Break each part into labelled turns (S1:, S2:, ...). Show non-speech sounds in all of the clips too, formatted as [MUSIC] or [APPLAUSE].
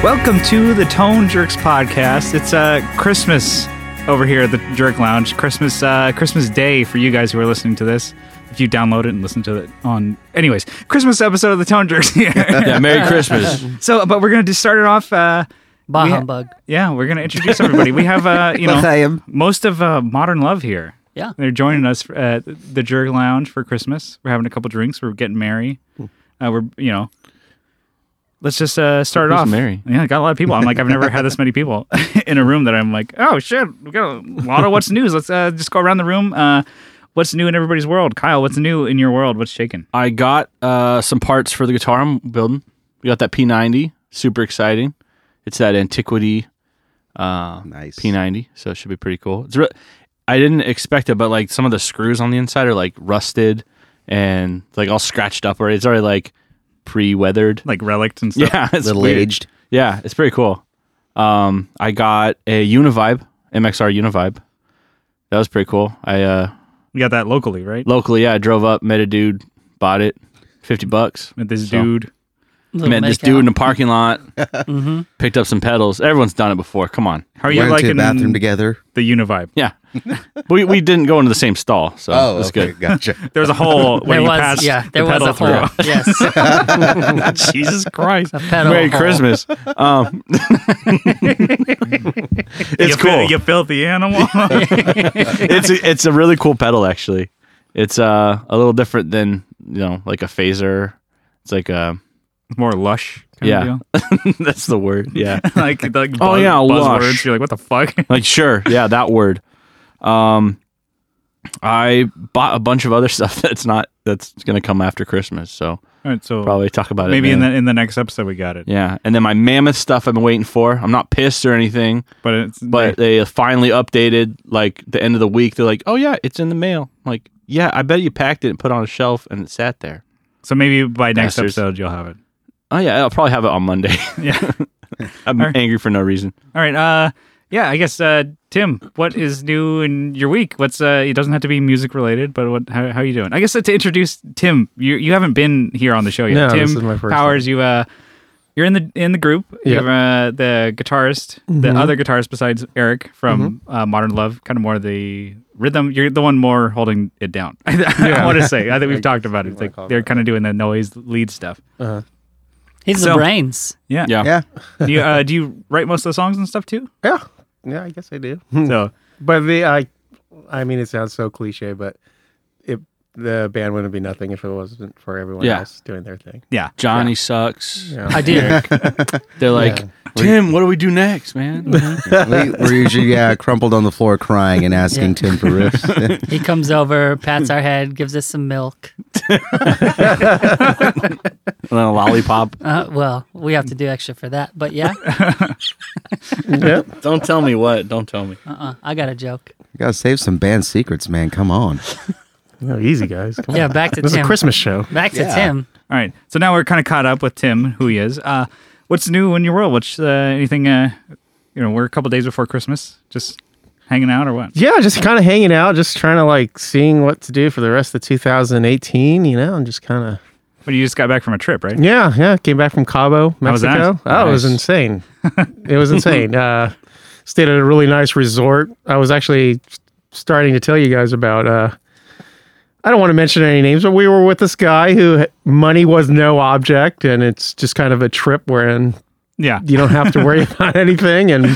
S1: Welcome to the Tone Jerks podcast. It's uh, Christmas over here at the Jerk Lounge. Christmas, uh, Christmas Day for you guys who are listening to this. If you download it and listen to it on, anyways, Christmas episode of the Tone Jerks here.
S2: [LAUGHS] Yeah, Merry Christmas.
S1: so, but we're gonna just start it off. Uh,
S3: Bah
S1: we ha-
S3: humbug.
S1: Yeah, we're gonna introduce everybody. We have, uh,
S4: [LAUGHS]
S1: you know,
S4: Bethlehem.
S1: most of uh, Modern Love here.
S3: Yeah.
S1: They're joining us at the Jerk Lounge for Christmas. We're having a couple drinks. We're getting merry.
S4: Hmm.
S1: Uh, we're you know, let's just uh, start it
S2: Who's
S1: off.
S2: merry?
S1: Yeah, I got a lot of people. I'm like, I've never had this many people [LAUGHS] in a room that I'm like, oh shit, we got a lot of what's news. Let's uh, just go around the room. Uh, what's new in everybody's world? Kyle, what's new in your world? What's shaking?
S2: I got uh, some parts for the guitar I'm building. We got that P90, super exciting. It's that antiquity uh,
S4: Nice.
S2: P90, so it should be pretty cool. It's re- I didn't expect it, but like some of the screws on the inside are like rusted and like all scratched up already. It's already like
S4: [LAUGHS]
S2: pre-weathered.
S1: Like relics and stuff.
S2: Yeah, [LAUGHS] it's
S4: Little
S2: weird.
S4: aged.
S2: Yeah, it's pretty cool. Um, I got a Univibe MXR Univibe. That was pretty cool. I uh,
S1: You got that locally, right?
S2: locally, yeah, I drove up, met a dude, bought it, fifty bucks.
S1: With this
S2: So-
S1: dude.
S3: Little
S2: met this
S3: mezcal.
S2: dude in the parking lot,
S3: Mhm.
S2: picked up some pedals. Everyone's done it before. Come on,
S1: How are
S4: Went
S1: you
S4: into
S1: liking
S4: the bathroom together.
S1: the Univibe?
S2: yeah. we we didn't go into the same stall, so it was
S4: Oh, okay,
S2: Oh, good.
S4: gotcha.
S1: There was a hole when
S3: There
S1: you
S3: was,
S1: passed
S3: yeah,
S1: the
S3: there was
S1: pedal
S3: a hole.
S2: [LAUGHS]
S3: [LAUGHS] Yes, a
S1: through.
S3: [LAUGHS]
S1: Jesus Christ.
S3: pedal
S2: Merry
S3: hole.
S2: Christmas.
S1: [LAUGHS]
S2: Um, it's
S1: you
S2: cool.
S1: Fil- you filthy animal.
S3: [LAUGHS]
S2: it's a, it's a really cool pedal actually. It's uh, a little different than you know like a phaser. It's like a
S1: [LAUGHS]
S2: [LAUGHS]
S1: More lush. Kind
S2: Yeah.
S1: Of deal. [LAUGHS]
S2: that's the word. Yeah.
S1: like like buzz,
S2: Oh, yeah,
S1: buzzwords.
S2: lush.
S1: You're like, what the fuck? [LAUGHS]
S2: Like sure, yeah, that word. Um, I bought a bunch of other [LAUGHS] stuff that's not that's gonna come after Christmas, so
S1: All right, so
S2: probably talk about
S1: maybe
S2: it.
S1: in
S2: then.
S1: the in the next episode we got it.
S2: yeah, and then my mammoth stuff I've been waiting for. I'm not pissed or anything,
S1: But it's
S2: but they finally updated like the end of the week. They're like, oh yeah, it's in the mail. I'm like yeah, I bet you packed it and put it on a shelf and it sat there.
S1: so maybe by next
S2: Bastards.
S1: episode you'll have it.
S2: Oh yeah, I'll probably have it on [LAUGHS] Monday.
S1: Yeah.
S2: I'm
S1: Alright.
S2: angry for no reason.
S1: All right. Uh, yeah. I guess uh, Tim, what is new in your week? What's uh, it doesn't have to be music related, but what? How, how are you doing? I guess uh, to introduce Tim, you you haven't been here on the show yet.
S5: No,
S1: Tim
S5: this is my first
S1: Powers, you uh. You're in the in the group.
S5: Yeah. Mm-hmm.
S1: You're uh, the guitarist, the other guitarist besides Eric from uh, Modern Love, kind of more the rhythm. You're the one more holding it down. [LAUGHS] I
S5: Yeah.
S1: want to say. I think we've
S5: [LAUGHS] I
S1: talked about
S5: guess
S1: it.
S5: you wanna
S1: Like,
S5: call it
S1: they're
S5: that.
S1: kind of doing the noise lead stuff.
S5: Uh-huh.
S3: He's
S1: So-
S3: the brains.
S1: Yeah.
S2: Yeah.
S4: Yeah.
S1: do, you, uh, do you write most of the songs and stuff too?
S5: Yeah, yeah, I guess
S3: [LAUGHS]
S5: I do.
S1: So
S5: But the I, I mean, it sounds so cliche, but it the band wouldn't be nothing if it wasn't for everyone
S2: Yeah.
S5: else doing their
S3: [LAUGHS]
S5: thing.
S1: yeah.
S2: Johnny sucks.
S5: Yeah.
S3: I did.
S2: They're like, Tim, what do we do next, [LAUGHS] man?
S4: we, we're usually yeah crumpled on the floor crying and asking Tim for riffs.
S3: he comes over, pats our head, gives us some milk.
S2: and then a lollipop.
S3: Uh, well, we have to do extra for that, but yeah,
S5: [LAUGHS]
S2: [LAUGHS]
S5: Yep.
S2: Don't tell me what. Don't tell me.
S3: uh-uh, I got a joke.
S4: Gotta save some band secrets, man. Come on.
S5: No, Oh, easy guys. Come
S3: Yeah,
S5: on.
S3: back to
S5: This is
S3: Tim.
S5: a Christmas show.
S3: Back to
S4: Yeah.
S3: Tim.
S1: All right. So now we're kind of caught up with Tim, who he is. Uh, what's new in your world? What's uh, anything? Uh, you know, we're a couple days before Christmas, just hanging out or what?
S5: Yeah, just kind of hanging out, just trying to like seeing what to do for the rest of 2018. You know, and just kind of
S1: But you just got back from a trip, right?
S5: yeah, yeah. Came back from Cabo, Mexico.
S1: was that?
S5: Oh, it was
S1: [LAUGHS]
S2: Nice.
S5: insane. it was insane. Uh, stayed at a really nice resort. I was actually starting to tell you guys about. Uh, I don't want to mention any names, but we were with this guy who money was no object, and it's just kind of a trip wherein
S1: Yeah.
S5: you don't have to worry [LAUGHS] about anything, and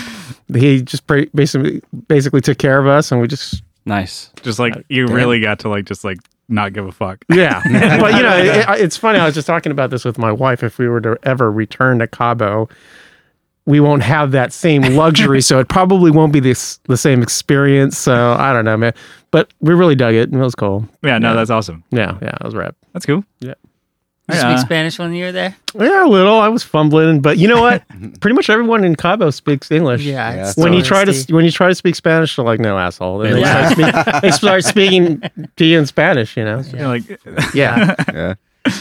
S5: he just pra- basically basically took care of us, and we just
S2: Nice.
S1: Just like you really got to like just like not give a fuck.
S5: Yeah, but you know, it, it- it's funny. I was just talking about this with my wife. If we were to ever return to Cabo, we won't have that same luxury, so it probably won't be this the same experience. So I don't know, man. But we really dug it, and it was cool.
S1: [LAUGHS] Yeah. No, that's awesome.
S5: Yeah, yeah, it was rap.
S1: That's cool.
S5: Yeah.
S3: You
S1: Yeah.
S3: speak Spanish when you were there?
S5: Yeah, a little. I was fumbling, but you
S3: [LAUGHS]
S5: know what? Pretty much everyone in Cabo speaks English.
S3: Yeah.
S4: Yeah,
S3: it's
S5: When you
S3: touristy.
S5: try to when you try to speak Spanish, they're like, "No, asshole!" They,
S3: Yeah.
S5: start, speak, they
S3: [LAUGHS]
S5: start speaking to you in Spanish. You know? So,
S1: You're like
S5: [LAUGHS]
S1: [LAUGHS]
S3: [LAUGHS]
S1: uh,
S5: yeah,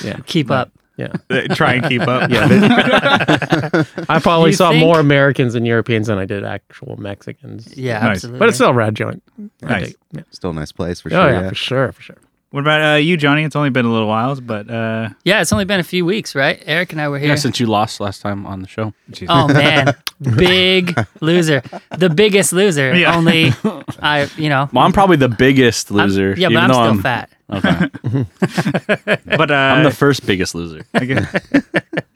S4: Yeah.
S3: keep up.
S5: yeah.
S1: try and keep up. [LAUGHS]
S5: Yeah, they- I probably
S3: You
S5: saw
S3: think?
S5: more Americans and Europeans than I did actual Mexicans.
S3: Yeah,
S1: Nice.
S3: absolutely.
S5: But it's still a rad joint. I
S1: Nice.
S5: dig it. Yeah.
S4: Still a nice place for
S5: Oh
S4: sure.
S5: yeah,
S4: yeah.
S5: for sure, for sure.
S1: What about uh, you, Johnny? It's only been a little while, but uh,
S3: Yeah, it's only been a few weeks, right? Eric and I were here.
S2: Yeah, since you lost last time on the show.
S3: Oh man, big loser, the biggest loser.
S1: Yeah.
S3: Only I, you know,
S2: Well, I'm probably the biggest
S3: I'm-
S2: loser.
S3: yeah, but
S2: even
S3: I'm
S2: though
S3: still fat.
S2: [LAUGHS] Okay.
S1: but uh,
S2: I'm the first biggest loser.
S1: I guess,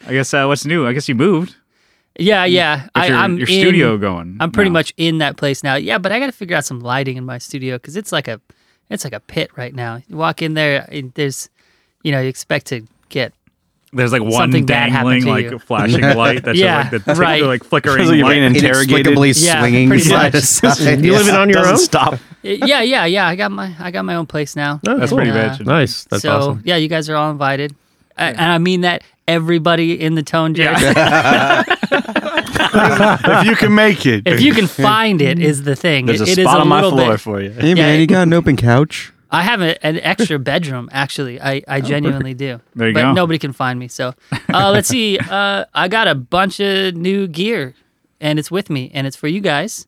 S1: I guess uh, what's new? I guess you moved.
S3: Yeah, yeah.
S1: Get
S3: I,
S1: your,
S3: I'm
S1: your
S3: in-
S1: studio going.
S3: I'm pretty
S1: now.
S3: much in that place now. Yeah, but I got to figure out some lighting in my studio because it's like a, it's like a pit right now. You walk in there, and there's, you know, you expect to get
S1: There's like one
S3: Something bad happened
S1: dangling,
S3: to
S1: like
S3: you.
S1: flashing
S3: [LAUGHS]
S1: light. That's
S3: Yeah,
S1: like the
S3: right.
S1: like flickering
S2: Feels like you're
S1: light.
S2: being interrogated.
S4: Inexplicably
S3: Yeah,
S4: swinging
S3: pretty
S4: side to
S3: much.
S4: side.
S5: You
S4: Yeah.
S5: live living on your
S2: Doesn't
S5: own?
S2: stop.
S3: yeah, yeah, yeah. I got my I got my own place now.
S5: Oh,
S1: That's
S5: cool.
S1: pretty
S3: uh,
S1: bad. shit.
S5: Nice. That's
S3: so
S5: awesome.
S3: yeah, you guys are all invited, A- and I mean that everybody in the tone jerk.
S2: if you can make it,
S3: if you can find it, is the thing.
S2: there's a
S3: It- it is
S2: spot on my
S3: little
S2: floor
S3: bit-
S2: for you. [LAUGHS]
S4: Hey man,
S3: it-
S4: you got an open couch?
S3: I have a, an
S1: [LAUGHS]
S3: extra bedroom actually. I, I genuinely do.
S1: Oh, There you
S3: but
S1: go.
S3: nobody can find me. So uh,
S1: [LAUGHS]
S3: let's see. Uh, I got a bunch of new gear, and it's with me, and it's for you guys,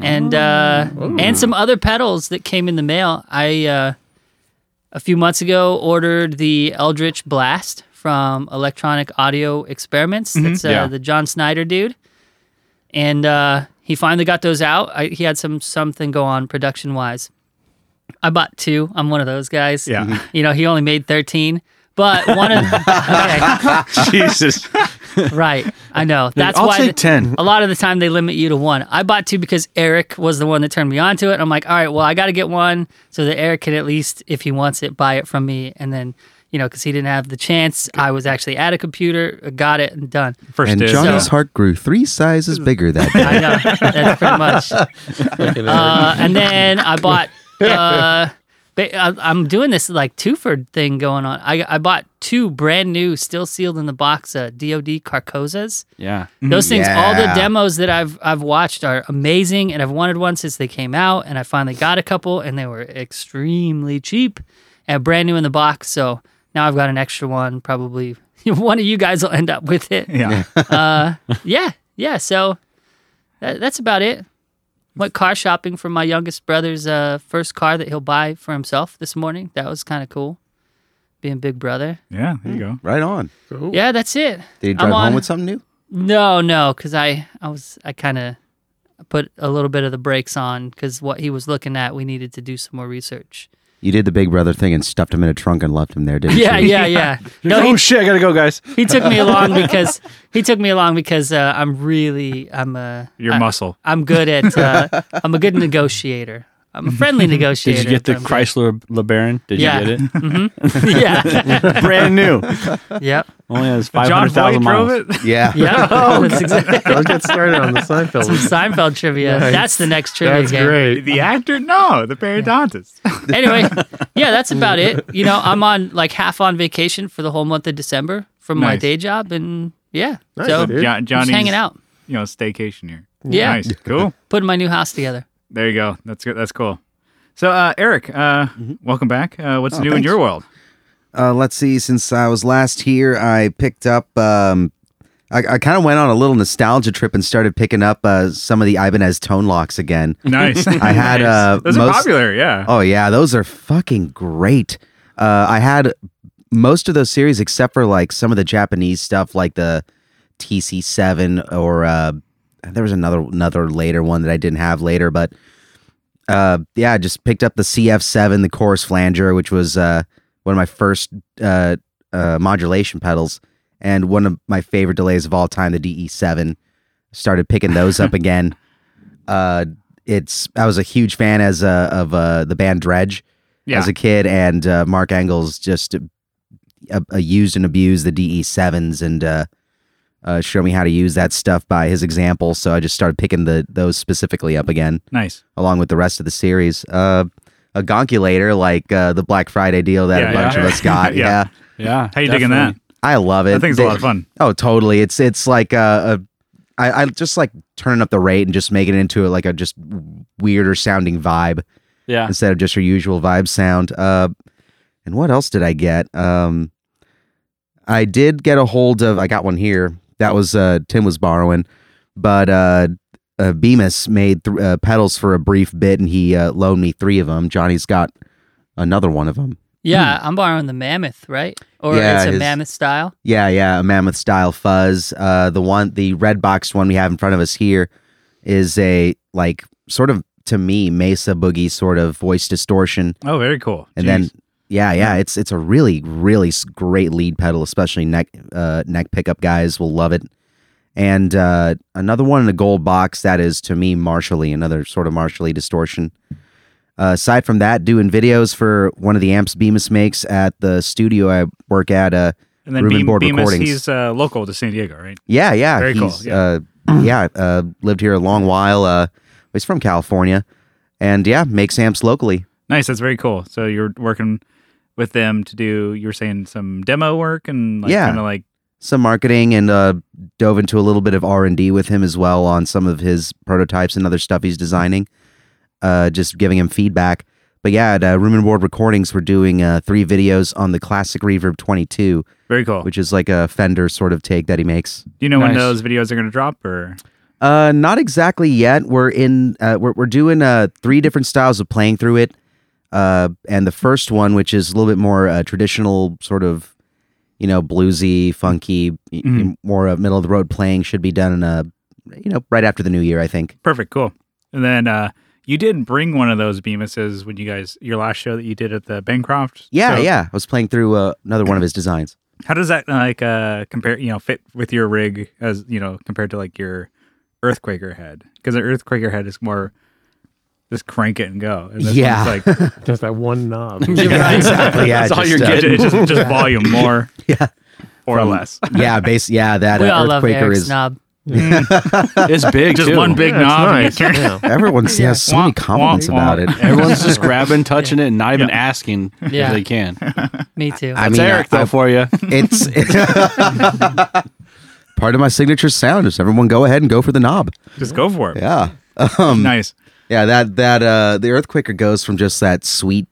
S3: and uh,
S1: Oh.
S3: and some other pedals that came in the mail. I uh, a few months ago ordered the Eldritch Blast from Electronic Audio Experiments.
S1: Mm-hmm.
S3: That's uh,
S2: Yeah.
S3: the John Snyder dude, and uh, he finally got those out. I, he had some something go on production wise. I bought two. I'm one of those guys. Mm-hmm.
S1: Yeah.
S3: You know, he only made 13. But one
S2: [LAUGHS]
S3: of okay,
S2: Jesus.
S3: right, I know. That's
S2: I'll
S3: why
S2: take 10.
S3: the- A lot of the time they limit you to one. I bought two because Eric was the one that turned me on to it. I'm like, all right, well, I got to get one so that Eric can at least, if he wants it, buy it from me. And then, you know, because he didn't have the chance, I was actually at a computer, got it, and done.
S1: First
S4: And
S1: is
S4: Johnny's
S3: So-
S4: heart grew three sizes bigger
S3: [LAUGHS]
S4: that day.
S3: I know. That's pretty much. Uh, and then I bought. Uh, ba- I- I'm doing this like twofer thing going on. I, I bought two brand new, still sealed in the box, uh, DoD Carcosas.
S2: Yeah.
S3: Those things, all the
S4: Yeah.
S3: demos that I've I've watched are amazing, and I've wanted one since they came out, and I finally got a couple, and they were extremely cheap and brand new in the box. So now I've got an extra one. Probably [LAUGHS] one of you guys will end up with it
S1: yeah.
S3: uh, yeah, yeah. So that, that's about it. Went car shopping for my youngest brother's uh, first car that he'll buy for himself this morning. That was kind of cool, being big brother.
S1: yeah. There you go.
S4: Right on.
S3: Yeah, that's it.
S4: Did you
S3: I'm
S4: drive
S3: on-
S4: home with something new?
S3: No, no, because I, I was, I kind of put a little bit of the brakes on because what he was looking at, we needed to do some more research.
S4: You did the Big Brother thing and stuffed him in a trunk and left him there,
S3: [LAUGHS]
S4: didn't
S3: Yeah,
S4: you?
S3: yeah, [LAUGHS] yeah. No,
S2: oh
S3: he
S2: shit! I gotta go, guys.
S3: he took [LAUGHS] me along because he took me along because uh, I'm really, I'm a
S1: Your
S3: I- [LAUGHS]
S1: muscle.
S3: I'm good at. Uh, I'm a good negotiator. I'm a friendly
S2: Did
S3: negotiator.
S2: you get the
S3: but I'm
S2: Chrysler LeBaron? Did
S3: Yeah.
S2: you [LAUGHS] get it?
S3: good- [LAUGHS] yeah.
S1: [LAUGHS]
S2: Brand new.
S3: yep.
S2: Only has five
S1: John
S2: hundred thousand
S1: Voight
S2: miles.
S1: drove it.
S4: Yeah.
S3: Yep. That's exactly [LAUGHS]
S5: Don't get started on the Seinfeld.
S3: some Seinfeld trivia.
S5: Nice.
S3: That's the next trivia
S5: That's
S3: game.
S5: great.
S1: [LAUGHS] The actor? No, the periodontist.
S3: Anyway, yeah, that's about it. You know, I'm on like half on vacation for the whole month of December from my
S1: Nice.
S3: day job, and yeah,
S5: Nice,
S3: so
S5: dude.
S3: just
S1: John, Johnny's
S3: hanging out,
S1: You know, staycation here.
S3: Yeah.
S1: Nice. Cool.
S3: putting my new house together.
S1: There you go. That's good. That's cool. So, uh, Eric, uh,
S3: Mm-hmm.
S1: welcome back. Uh,
S3: Oh,
S1: what's new in
S4: thanks.
S1: your
S3: [LAUGHS]
S1: world?
S4: Uh, let's see. Since I was last here, I picked up. Um, I, I kind of went on a little nostalgia trip and started picking up uh, some of the Ibanez tone locks again.
S1: Nice.
S4: I
S1: [LAUGHS]
S4: had,
S1: Nice.
S4: uh,
S1: those are
S4: most-
S1: popular. Yeah.
S4: Oh yeah, those are fucking great. Uh, I had most of those series except for like some of the Japanese stuff, like the TC7 or uh, there was another another later one that I didn't have later, but uh, yeah, I just picked up the CF7, the chorus flanger, which was uh, one of my first uh, uh, modulation pedals, and one of my favorite delays of all time, the DE7. Started picking those up again. Uh, it's I was a huge fan as uh, of uh, the band Dredge
S1: yeah.
S4: as a kid, and uh, Mark Engels just uh, uh, used and abused the DE sevens and uh, uh, showed me how to use that stuff by his example. So I just started picking the those specifically up again,
S1: nice.
S4: along with the rest of the series. Uh, a gonculator like uh, the Black Friday deal that
S1: Yeah,
S4: a bunch
S1: yeah.
S4: of
S1: [LAUGHS]
S4: us got.
S1: Yeah.
S4: yeah.
S2: Yeah.
S1: How you digging that?
S2: definitely.
S4: I love it.
S1: That thing's a
S4: They-
S1: lot of fun.
S4: Oh, totally. It's it's like uh, a, I, I just like turning up the rate and just making it into like a just weirder sounding vibe
S2: Yeah.
S4: instead of just your usual vibe sound. Uh, and what else did I get? Um, I did get a hold of. I got one here. That was uh, Tim was borrowing, but uh, uh, Bemis made th- uh, pedals for a brief bit, and he uh, loaned me three of them. Johnny's got another one of them.
S3: Yeah, I'm borrowing the mammoth, right? Or
S4: Yeah,
S3: it's a
S4: his-
S3: mammoth style.
S4: Yeah, yeah, a mammoth style fuzz. Uh, the one, the red boxed one we have in front of us here, is a like sort of to me Mesa Boogie sort of voice distortion,
S1: Oh, very cool.
S4: and then yeah, yeah, it's it's a really really s- great lead pedal, especially neck uh, neck pickup guys will love it. And uh, another one in a gold box that is to me Marshally, another sort of Marshally distortion. Uh, aside from that, doing videos for one of the amps Bemis makes at the studio I work at. Uh,
S1: and then
S4: Room and
S1: Beam,
S4: Board
S1: Bemis,
S4: Recordings.
S1: he's uh, local to San Diego, right?
S4: Yeah, yeah.
S1: Very cool,
S4: he's, Uh, yeah, uh, lived here a long while. Uh, he's from California, and yeah, makes amps locally.
S1: Nice. That's very cool. So you're working with them to do. You were saying some demo work and like,
S4: Yeah.
S1: kind of like
S4: Some marketing and uh, dove into a little bit of R and D with him as well on some of his prototypes and other stuff he's designing. Uh, just giving him feedback. But yeah, at uh, Room and Board Recordings, we're doing uh, three videos on the classic Reverb 22,
S1: very cool. Do
S4: which is like a Fender sort of take that he makes.
S1: you know when
S2: Nice.
S1: those videos are going to drop? Or
S4: Uh, not exactly yet. We're in. Uh, we're we're doing uh three different styles of playing through it. Uh, and the first one, which is a little bit more uh, traditional, sort of, you know, bluesy, funky, y- y-
S1: Mhm.
S4: more uh, middle of the road playing, should be done in a, you know, right after the new year, I think.
S1: perfect, cool. And then uh, you did bring one of those Beamises when you guys your last show that you did at the Bancroft.
S4: Yeah,
S1: So
S4: yeah. I was playing through uh, another one of his designs.
S1: How does that like uh, compare? You know, fit with your rig as you know compared to like your Earthquaker head because an Earthquaker head is more just crank it and go. And this one's
S4: Yeah. [LAUGHS]
S1: like
S5: Just that one knob.
S4: [LAUGHS] exactly. [LAUGHS] Yeah,
S2: That's all
S4: just,
S2: you're
S4: uh,
S2: getting.
S1: it's just,
S4: [LAUGHS]
S1: just volume more.
S4: Yeah.
S1: Or less.
S4: yeah, base. Yeah, that
S3: we
S4: uh,
S3: all love
S4: earthquaker
S3: Eric
S4: is.
S3: Snob.
S2: It's [LAUGHS]
S1: [LAUGHS]
S2: big.
S1: Just
S2: too.
S1: one big
S5: Yeah, it's
S1: knob. and you [LAUGHS] turn-
S5: nice. Yeah.
S4: Everyone's yeah, so many compliments
S1: womp,
S4: about
S1: womp.
S4: it.
S2: Everyone's just grabbing, touching it, and not even asking
S3: Yeah.
S2: if they can.
S3: Me too.
S4: I
S2: That's
S4: mean,
S2: Eric
S4: I-
S2: though for you.
S4: It's [LAUGHS] part of my signature sound. Is everyone go ahead and go for the knob?
S1: [LAUGHS] Just go for it.
S4: Yeah, um,
S1: Nice.
S4: yeah. That that uh, the Earthquaker goes from just that sweet,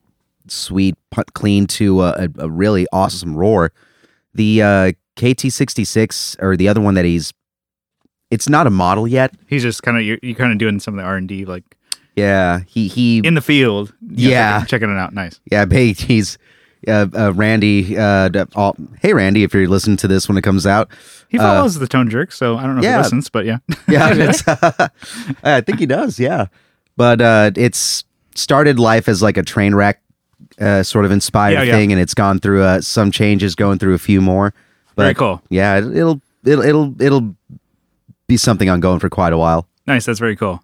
S4: sweet punt clean to uh, a, a really awesome roar. The uh, KT sixty six or the other one that he's, it's not a model yet.
S1: He's just kind of you're, you're kind of doing some of the R and D like
S4: Yeah, he he
S1: in the field. you know,
S4: Yeah.
S1: checking- checking it out. Nice.
S4: Yeah, ba- he's uh, uh, Randy. Uh, d- all, hey, Randy, if you're listening to this when it comes out,
S1: He follows the tone jerk, so I don't know if
S4: Uh, yeah.
S1: he listens, but yeah, [LAUGHS]
S4: [LAUGHS] yeah, it's, I think he does. Yeah, but uh, it's started life as like a train wreck, uh, sort of inspired
S1: Yeah, yeah.
S4: thing, and it's gone through uh, some changes, going through a few more. But
S1: Very cool.
S4: Yeah, it, it'll it'll it'll it'll be something ongoing for quite a while.
S1: nice. That's very cool.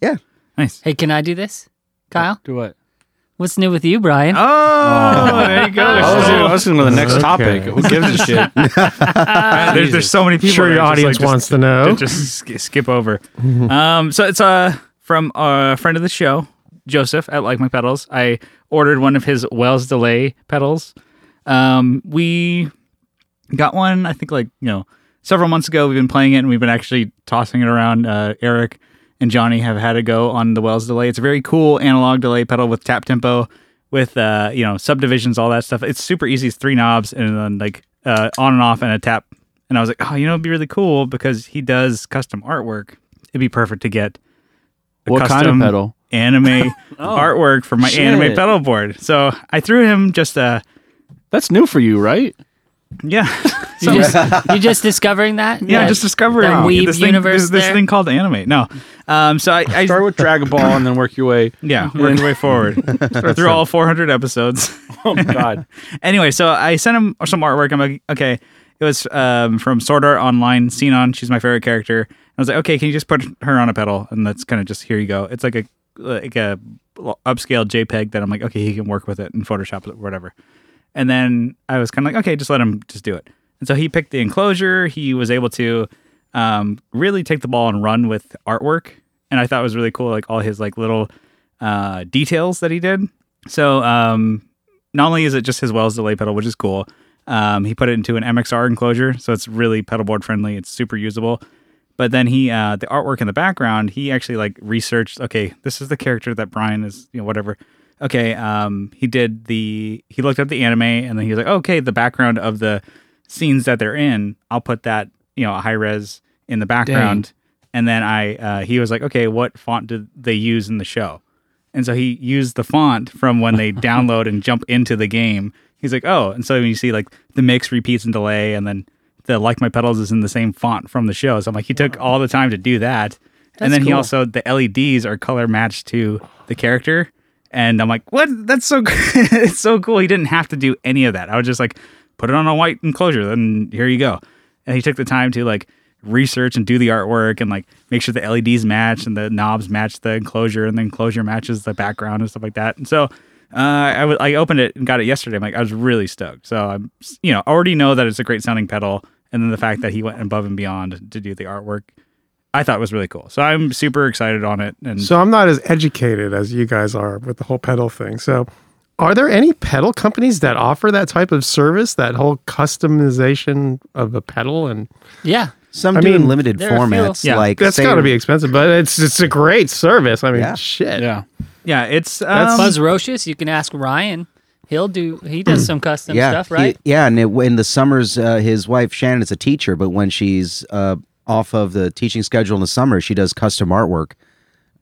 S4: Yeah.
S1: Nice.
S3: Hey, can I do this, Kyle?
S2: Do what?
S3: What's new with you, Brian?
S1: Oh, there you go.
S2: [LAUGHS] I was, I was going to the next
S5: Okay.
S2: topic. Who gives a shit?
S1: there's, there's so many people.
S5: sure
S1: that
S5: your
S1: are just, like,
S5: audience
S1: just-
S5: wants to know.
S1: to just sk- skip over. um, so it's uh, from a friend of the show, Joseph at Like My Pedals. I ordered one of his Wells Delay pedals. Um, we got one, I think, like, you know, several months ago. We've been playing it and we've been actually tossing it around. Uh, Eric and Johnny have had a go on the Wells Delay. It's a very cool analog delay pedal with tap tempo, with, uh, you know, subdivisions, all that stuff. It's super easy. It's three knobs and then, like, uh, on and off and a tap. And I was like, oh, you know, it'd be really cool because he does custom artwork. It'd be perfect to get a
S2: What kind of
S1: custom
S2: pedal? [LAUGHS] Oh,
S1: anime artwork for my anime
S2: shit.
S1: pedal board. So I threw him just a
S2: [LAUGHS] That's new for you, right?
S1: yeah, [LAUGHS]
S3: you just, you just discovering that?
S1: yeah,
S3: That-
S1: just discovering
S3: that weeb
S1: this thing,
S3: universe
S1: this, this
S3: there?
S1: thing called anime. No, um, so I, I
S2: Start with Dragon Ball and then work your way.
S1: yeah, work your way forward through all 400 episodes.
S2: [LAUGHS]
S1: [LAUGHS]
S2: Oh my God.
S1: anyway, so I sent him some artwork. I'm like, okay, it was um, from Sword Art Online, Xenon. She's my favorite character. I was like, okay, can you just put her on a pedal? And that's kind of just here you go. It's like a like a upscale JPEG that I'm like, okay, he can work with it in Photoshop or whatever. And then I was kind of like, okay, just let him just do it. And so he picked the enclosure. He was able to um, really take the ball and run with artwork. And I thought it was really cool, like all his like little uh, details that he did. So um, not only is it just his Wells delay pedal, which is cool, um, he put it into an MXR enclosure, so it's really pedal board friendly. It's super usable. But then he, uh, the artwork in the background, he actually like researched. Okay, this is the character that Brian is, you know, whatever. Okay, um, he did the he looked up the anime, and then he was like, okay, the background of the scenes that they're in, I'll put that, you know, a high res in the background. And then I, uh, he was like, okay, what font did they use in the show? And so he used the font from when
S3: [LAUGHS]
S1: they download and jump into the game. He's like, oh, and so when you see like the mix repeats and delay, and then the like my pedals is in the same font from the show. So I'm like, he took all the time to do that. and
S3: That's
S1: then he
S3: cool.
S1: also the LEDs are color matched to the character. And I'm like, what? That's so [LAUGHS] it's so cool. He didn't have to do any of that. I was just like, put it on a white enclosure, then here you go. And he took the time to like research and do the artwork and like make sure the LEDs match and the knobs match the enclosure and the enclosure matches the background and stuff like that. And so uh, I w- I opened it and got it yesterday. I'm like, I was really stoked. So I'm, s- you know, already know that it's a great sounding pedal. And then the fact that he went above and beyond to do the artwork, I thought was really cool. So I'm super excited on it. And
S5: So I'm not as educated as you guys are with the whole pedal thing. So are there any pedal companies that offer that type of service, that whole customization of a pedal? And
S3: Yeah.
S4: Some
S5: I
S4: do
S5: mean,
S4: in limited
S3: there are a few.
S4: formats.
S1: Yeah.
S4: like
S5: that's
S4: say-
S5: got to be expensive, but it's it's a great service. I mean,
S4: Yeah.
S5: shit.
S2: Yeah.
S1: yeah, it's
S5: That's
S1: um,
S3: Buzz Rocious, you can ask Ryan. He'll do, he does some custom
S4: Hmm. yeah,
S3: stuff,
S4: he-
S3: right?
S4: yeah, and it, in the summers, uh, his wife Shannon is a teacher, but when she's uh, off of the teaching schedule in the summer, she does custom artwork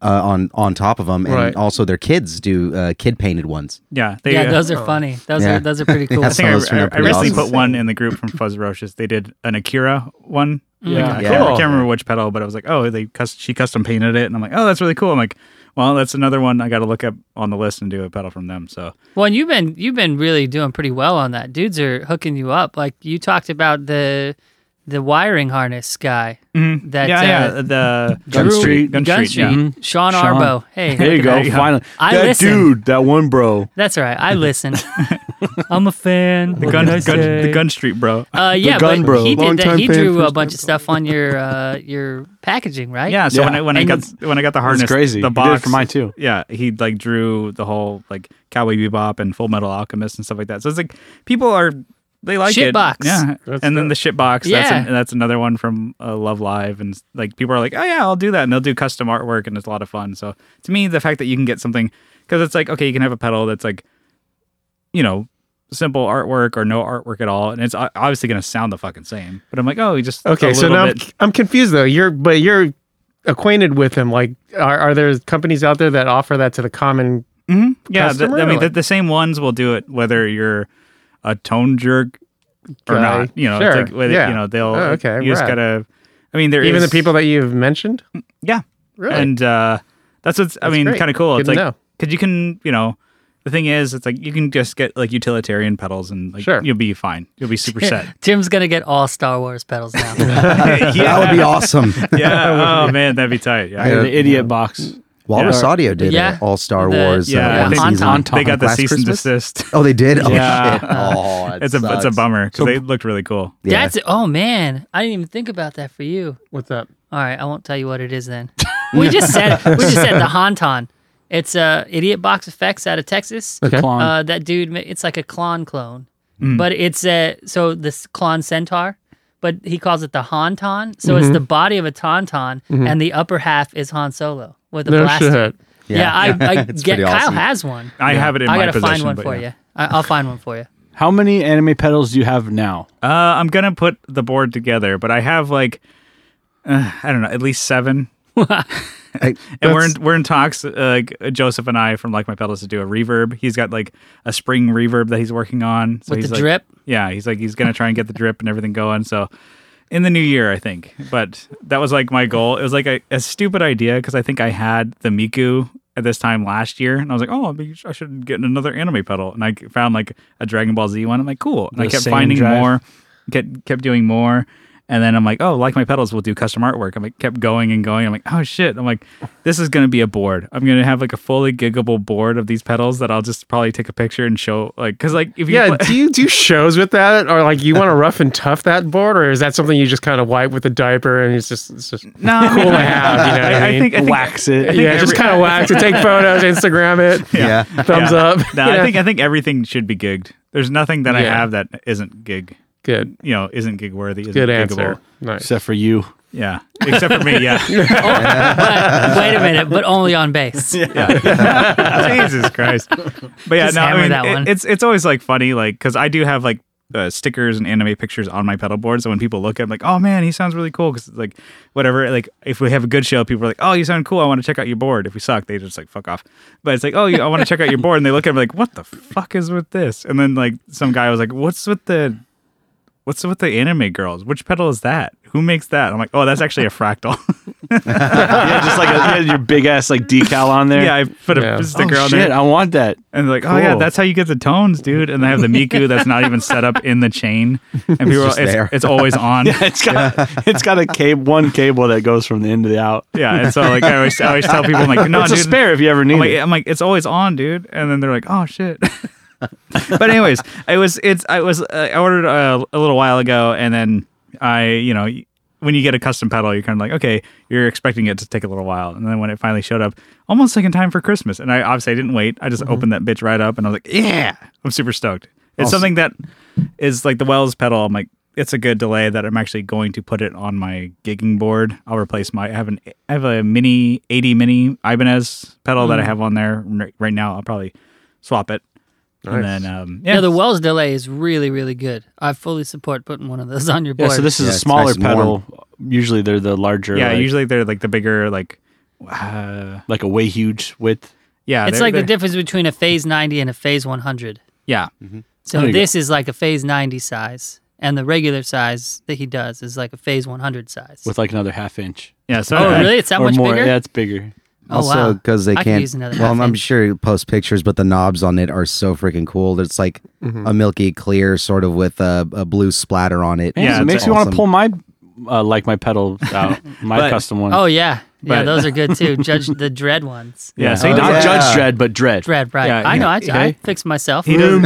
S4: uh, on on top of them, and
S5: Right.
S4: also their kids do uh, kid painted ones.
S1: yeah, they,
S3: yeah,
S1: uh,
S3: those are funny. Those,
S4: Yeah.
S3: are, those are
S4: [LAUGHS]
S3: pretty cool.
S4: I
S1: I think I,
S4: Those turned
S1: I,
S4: out
S1: I
S4: pretty
S1: recently
S4: awesome.
S1: put one in the group
S2: [LAUGHS]
S1: from Fuzz Rocious. They did an Akira one.
S2: Yeah.
S1: I,
S4: Yeah.
S1: can't, I
S5: Cool.
S1: can't remember which pedal, but I was like, oh, they cus- she custom painted it, and I'm like, oh, that's really cool. I'm like, well, that's another one I got to look up on the list and do a pedal from them. So
S3: Well, and you've been you've been really doing pretty well on that. Dudes are hooking you up. Like you talked about the the wiring harness guy. That
S1: Mm-hmm. yeah,
S3: uh,
S1: yeah, the
S2: [LAUGHS] Gun
S3: Drew-
S2: Street.
S1: Gun
S3: Gun
S1: Street, yeah.
S3: Street,
S4: Mm-hmm.
S3: Sean,
S2: Sean.
S3: Arbo. Hey,
S2: There [LAUGHS] you go.
S1: Yeah.
S2: Finally,
S3: I
S2: that
S3: listen.
S2: dude, that one bro.
S3: That's all right.
S1: [LAUGHS]
S3: I listen. I'm a fan.
S1: the
S3: What
S1: gun,
S3: can I
S1: gun, the
S3: say?
S1: Gun Street bro.
S3: Uh, yeah,
S2: gun
S3: but
S2: bro.
S3: he did that.
S5: Long-time
S3: He
S5: fan,
S3: drew a
S5: first-time
S3: bunch of stuff on your uh, your packaging, right?
S1: Yeah, so when I when I
S3: And
S1: got when I got the harness,
S2: crazy.
S1: the
S2: He did it
S1: box
S2: for mine, too.
S1: Yeah, he like drew the whole like Cowboy Bebop and Full Metal Alchemist and stuff like that. So it's like people are they like it.
S3: Shitbox.
S1: Yeah,
S5: That's
S1: and then the shitbox. That's
S3: Yeah.
S1: an, that's another one from uh, Love Live, and like people are like, oh yeah, I'll do that, and they'll do custom artwork, and it's a lot of fun. So to me, the fact that you can get something because it's like okay, you can have a pedal that's like, you know. Simple artwork or no artwork at all, and it's o- obviously going to sound the fucking same. But I'm like, oh, you just
S5: Okay,
S1: a
S5: so
S1: little
S5: now I'm,
S1: bit-
S5: I'm confused though. You're but you're acquainted with him. Like, are, are there companies out there that offer that to the common?
S1: hmm Yeah, the,
S5: customer,
S1: I
S5: or
S1: mean, the,
S5: like-
S1: the same ones will do it whether you're a tone jerk or
S5: Guy.
S1: not. You know, it's
S5: Sure,
S1: like whether,
S5: yeah.
S1: you know they'll.
S5: Oh, okay,
S1: you just
S5: rad.
S1: gotta. I mean, there
S5: Even the
S1: is-
S5: people that you've mentioned.
S1: Yeah,
S5: Really?
S1: and uh, that's what's. I
S5: That's
S1: mean,
S5: great.
S1: kind of cool.
S5: Good
S1: it's
S5: to
S1: like
S5: know.
S1: because you can, you know, the thing is, it's like you can just get like utilitarian pedals and like
S5: Sure.
S1: you'll be fine. You'll be super
S5: [LAUGHS]
S1: set.
S3: [LAUGHS] Tim's gonna get all Star Wars pedals now.
S1: [LAUGHS] yeah,
S4: That
S1: [LAUGHS]
S4: would be awesome. [LAUGHS]
S1: yeah. Oh man, that'd be tight. Yeah.
S2: And the idiot box.
S4: Walrus Audio did
S3: Yeah.
S4: it, all Star
S3: The-
S4: Wars. uh,
S1: Yeah, I
S4: one
S1: think-
S4: season.
S2: Anton.
S1: They got the
S4: Last
S1: cease
S4: Christmas?
S1: and desist.
S4: Oh, they did. Oh
S1: Yeah. [LAUGHS]
S4: shit. Oh, it
S1: It's a it's a
S4: sucks.
S1: bummer because they looked really cool.
S4: Yeah.
S3: That's oh man, I didn't even think about that for you.
S5: What's up?
S3: All right, I won't tell you what it is then. [LAUGHS] we just said we just said the Honton. It's a idiot box effects out of Texas.
S5: Okay.
S2: Clon.
S3: Uh, that dude, ma- it's like a clone clone,
S1: Mm.
S3: but it's a so this clone centaur, but he calls it the Honton. So
S5: Mm-hmm.
S3: it's the body of a tauntaun, and the upper half is Han Solo with a
S5: No
S3: blaster.
S5: shit.
S3: Yeah, I,
S1: [LAUGHS]
S3: I get
S4: pretty
S3: Kyle
S4: awesome.
S3: has one.
S1: I have it in
S3: I
S1: my
S3: gotta
S1: possession.
S3: find one
S1: but
S3: for
S1: yeah.
S3: you. I, I'll find one for you.
S2: How many anime pedals do you have now?
S1: Uh, I'm gonna put the board together, but I have like uh, I don't know, at least seven.
S4: I-
S1: And we're in, we're in talks. Uh, like uh, Joseph and I from Like My Pedals to do a reverb. He's got like a spring reverb that he's working on. So
S3: With
S1: he's
S3: the
S1: like-
S3: drip?
S1: Yeah, he's like he's gonna try and get the drip and everything going. So in the new year, I think. But that was like my goal. It was like a, a stupid idea because I think I had the Miku at this time last year, and I was like, oh, maybe I should get another anime pedal. And I found like a Dragon Ball Z one. I'm like, cool. And I
S2: The
S1: kept
S2: same
S1: finding
S2: drive.
S1: more kept kept doing more and then I'm like, oh, like my pedals, we'll do custom artwork. I'm like, kept going and going. I'm like, oh shit. I'm like, this is gonna be a board. I'm gonna have like a fully giggable board of these pedals that I'll just probably take a picture and show, like, cause like if you
S5: Yeah,
S1: play-
S5: do you do shows with that, or like you want to rough and tough that board, or is that something you just kind of wipe with a diaper and it's just it's
S1: [LAUGHS]
S5: just
S1: no, cool
S5: to have, you know what I mean?
S1: think I think-
S2: Wax
S1: I
S2: it.
S1: think
S5: yeah, just
S1: every- [LAUGHS]
S5: kind of whack to take photos, Instagram it,
S4: yeah.
S5: thumbs
S1: Yeah.
S5: up.
S1: No,
S5: you
S1: I
S5: know?
S1: think I think everything should be gigged. There's nothing that I
S5: Yeah.
S1: have that isn't gig,
S5: good,
S1: you know, isn't gig worthy. Isn't
S5: good
S1: giggable.
S5: answer. Nice.
S2: [LAUGHS] Except for you.
S1: Yeah, except for me.
S5: [LAUGHS]
S1: Yeah,
S3: But wait a minute, but only on base.
S1: Jesus Christ. But yeah, [LAUGHS]
S3: Just
S1: no, I
S3: hammer
S1: mean,
S3: that
S1: it-
S3: one.
S1: it's it's always like funny, like because I do have like uh, stickers and anime pictures on my pedal board. So when people look at, them, like, oh man, he sounds really cool. Because like, whatever. Like, if we have a good show, people are like, oh, you sound cool. I want to check out your board. If we suck, they just like fuck off. But it's like, oh, you, I want to check out your board, and they look at me like, what the fuck is with this? And then like some guy was like, what's with the What's with the anime girls? Which pedal is that? Who makes that? I'm like, oh, that's actually a fractal.
S2: [LAUGHS]
S1: [LAUGHS]
S2: yeah, just like a, yeah, your big ass like decal on there.
S1: yeah, I put a
S5: Yeah.
S1: sticker
S2: oh,
S1: on
S2: shit,
S1: there.
S2: I want that.
S1: And they're like, oh yeah,
S2: Cool.
S1: that's how you get the tones, dude. And they have the Miku that's not even set up in the chain, and people
S4: just
S1: are, it's,
S4: there.
S1: it's always on.
S2: [LAUGHS] Yeah, [LAUGHS] it's got it's got a cable, one cable that goes from the in to the out.
S1: Yeah, and so like I always, I always tell people I'm like, no,
S2: it's
S1: dude.
S2: a spare if you ever need
S1: I'm like,
S2: it.
S1: I'm like, it's always on, dude. And then they're like, oh shit. [LAUGHS] but anyways, I was it's I was uh, I ordered uh, a little while ago, and then I you know when you get a custom pedal, you're kind of like, okay, you're expecting it to take a little while, and then when it finally showed up, almost like in time for Christmas, and I obviously I didn't wait. I
S2: Mm-hmm.
S1: just opened that bitch right up, and I was like, yeah, I'm super stoked. It's something that is like the Wells pedal. I'm like, it's a good delay that I'm actually going to put it on my gigging board. I'll replace my. I have an. I have a mini 80 mini Ibanez pedal that I have on there right- right now. I'll probably swap it. And
S5: Nice.
S1: then um,
S3: Yeah,
S1: yeah,
S3: the Wells delay is really, really good. I fully support putting one of those [LAUGHS] on your
S2: Yeah,
S3: board.
S2: so this is
S4: Yeah,
S2: a
S4: it's
S2: smaller
S4: nice and
S2: pedal. Usually they're the larger.
S1: yeah.
S2: like,
S1: usually they're like the bigger like. Uh,
S2: like a way huge width.
S1: yeah,
S3: it's
S1: they're-
S3: like the
S1: they're-
S3: difference between a phase 90 and a phase 100.
S1: yeah.
S2: There
S3: So
S2: you go.
S3: this is like a phase 90 size, and the regular size that he does is like a phase 100 size.
S2: with like another half inch.
S1: Yeah, so
S3: oh,
S1: I-
S3: really? It's that
S2: or
S3: much
S2: more.
S3: bigger?
S2: Yeah, it's bigger.
S3: oh,
S4: also,
S3: wow.
S4: because
S3: I
S4: they
S3: could
S4: can't.
S3: use another
S4: well,
S3: half
S4: I'm
S3: inch.
S4: sure you post pictures, but the knobs on it are so freaking cool. It's like
S2: Mm-hmm.
S4: a milky clear, sort of with a, a blue splatter on it.
S2: Man,
S1: Yeah,
S2: it
S1: it's
S2: makes me want
S4: awesome.
S2: to pull my uh, like my pedal out, my
S1: But-
S2: custom one.
S3: Oh, yeah. Yeah,
S1: But-
S3: those are
S2: [LAUGHS]
S3: good too. Judge the dread ones.
S1: yeah, so he
S4: Oh,
S1: does,
S2: not
S4: yeah.
S2: Judge Dread, but Dread.
S3: Dread, right.
S1: Yeah,
S3: I know. I, I
S1: okay.
S3: fixed myself.
S1: he does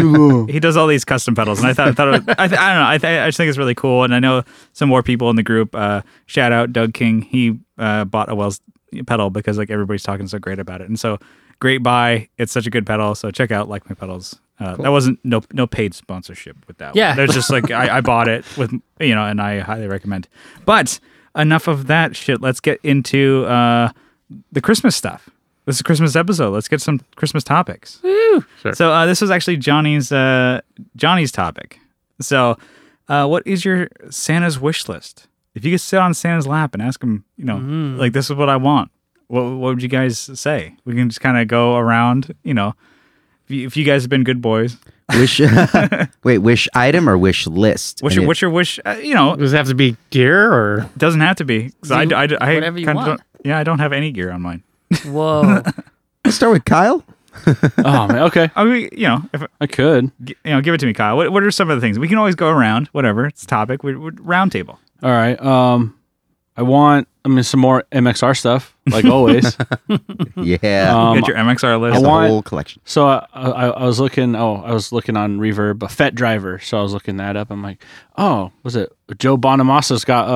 S1: he does all these custom pedals, and I thought, thought it was, I, th- I don't know. I, th- I just think it's really cool, and I know some more people in the group. Uh, shout out Doug King. He uh, bought a Wells pedal because like everybody's talking so great about it, and so great buy. It's such a good pedal. So check out like my pedals. Uh, That wasn't no no paid sponsorship with that.
S3: Yeah.
S1: one. there's just like I, I bought it with you know, and I highly recommend. But enough of that shit. Let's get into uh, the Christmas stuff. This is a Christmas episode. Let's get some Christmas topics. So uh, this was actually Johnny's uh, Johnny's topic. So, uh, what is your Santa's wish list? If you could sit on Santa's lap and ask him, you know, like this is what I want. What what would you guys say? We can just kind of go around, you know. If you, if you guys have been good boys,
S2: [LAUGHS]
S4: wish. [LAUGHS] wait, wish item or wish list?
S1: what's
S4: And
S1: your
S4: it-
S1: what's your wish? Uh, you know,
S5: Does it have to be gear or
S1: it doesn't have to be. 'cause I, d- I d- I
S3: Whatever you
S1: kinda
S3: want.
S1: don't- yeah, I don't have any gear on mine.
S3: Whoa.
S4: Let's [LAUGHS] start with Kyle.
S2: oh man, okay,
S1: I mean, you know, if,
S2: I could.
S1: you know, give it to me, Kyle. What, what are some of the things we can always go around? Whatever it's a topic, we, we round table.
S2: All right. Um, I want. I mean, some more MXR stuff, like always.
S4: Yeah,
S2: um,
S1: Get your MXR list.
S2: I
S4: the
S2: want-
S4: whole collection.
S2: So I, I, I was looking. Oh, I was looking on Reverb, a Fett driver. So I was looking that up. I'm like, oh, was it Joe Bonamassa's got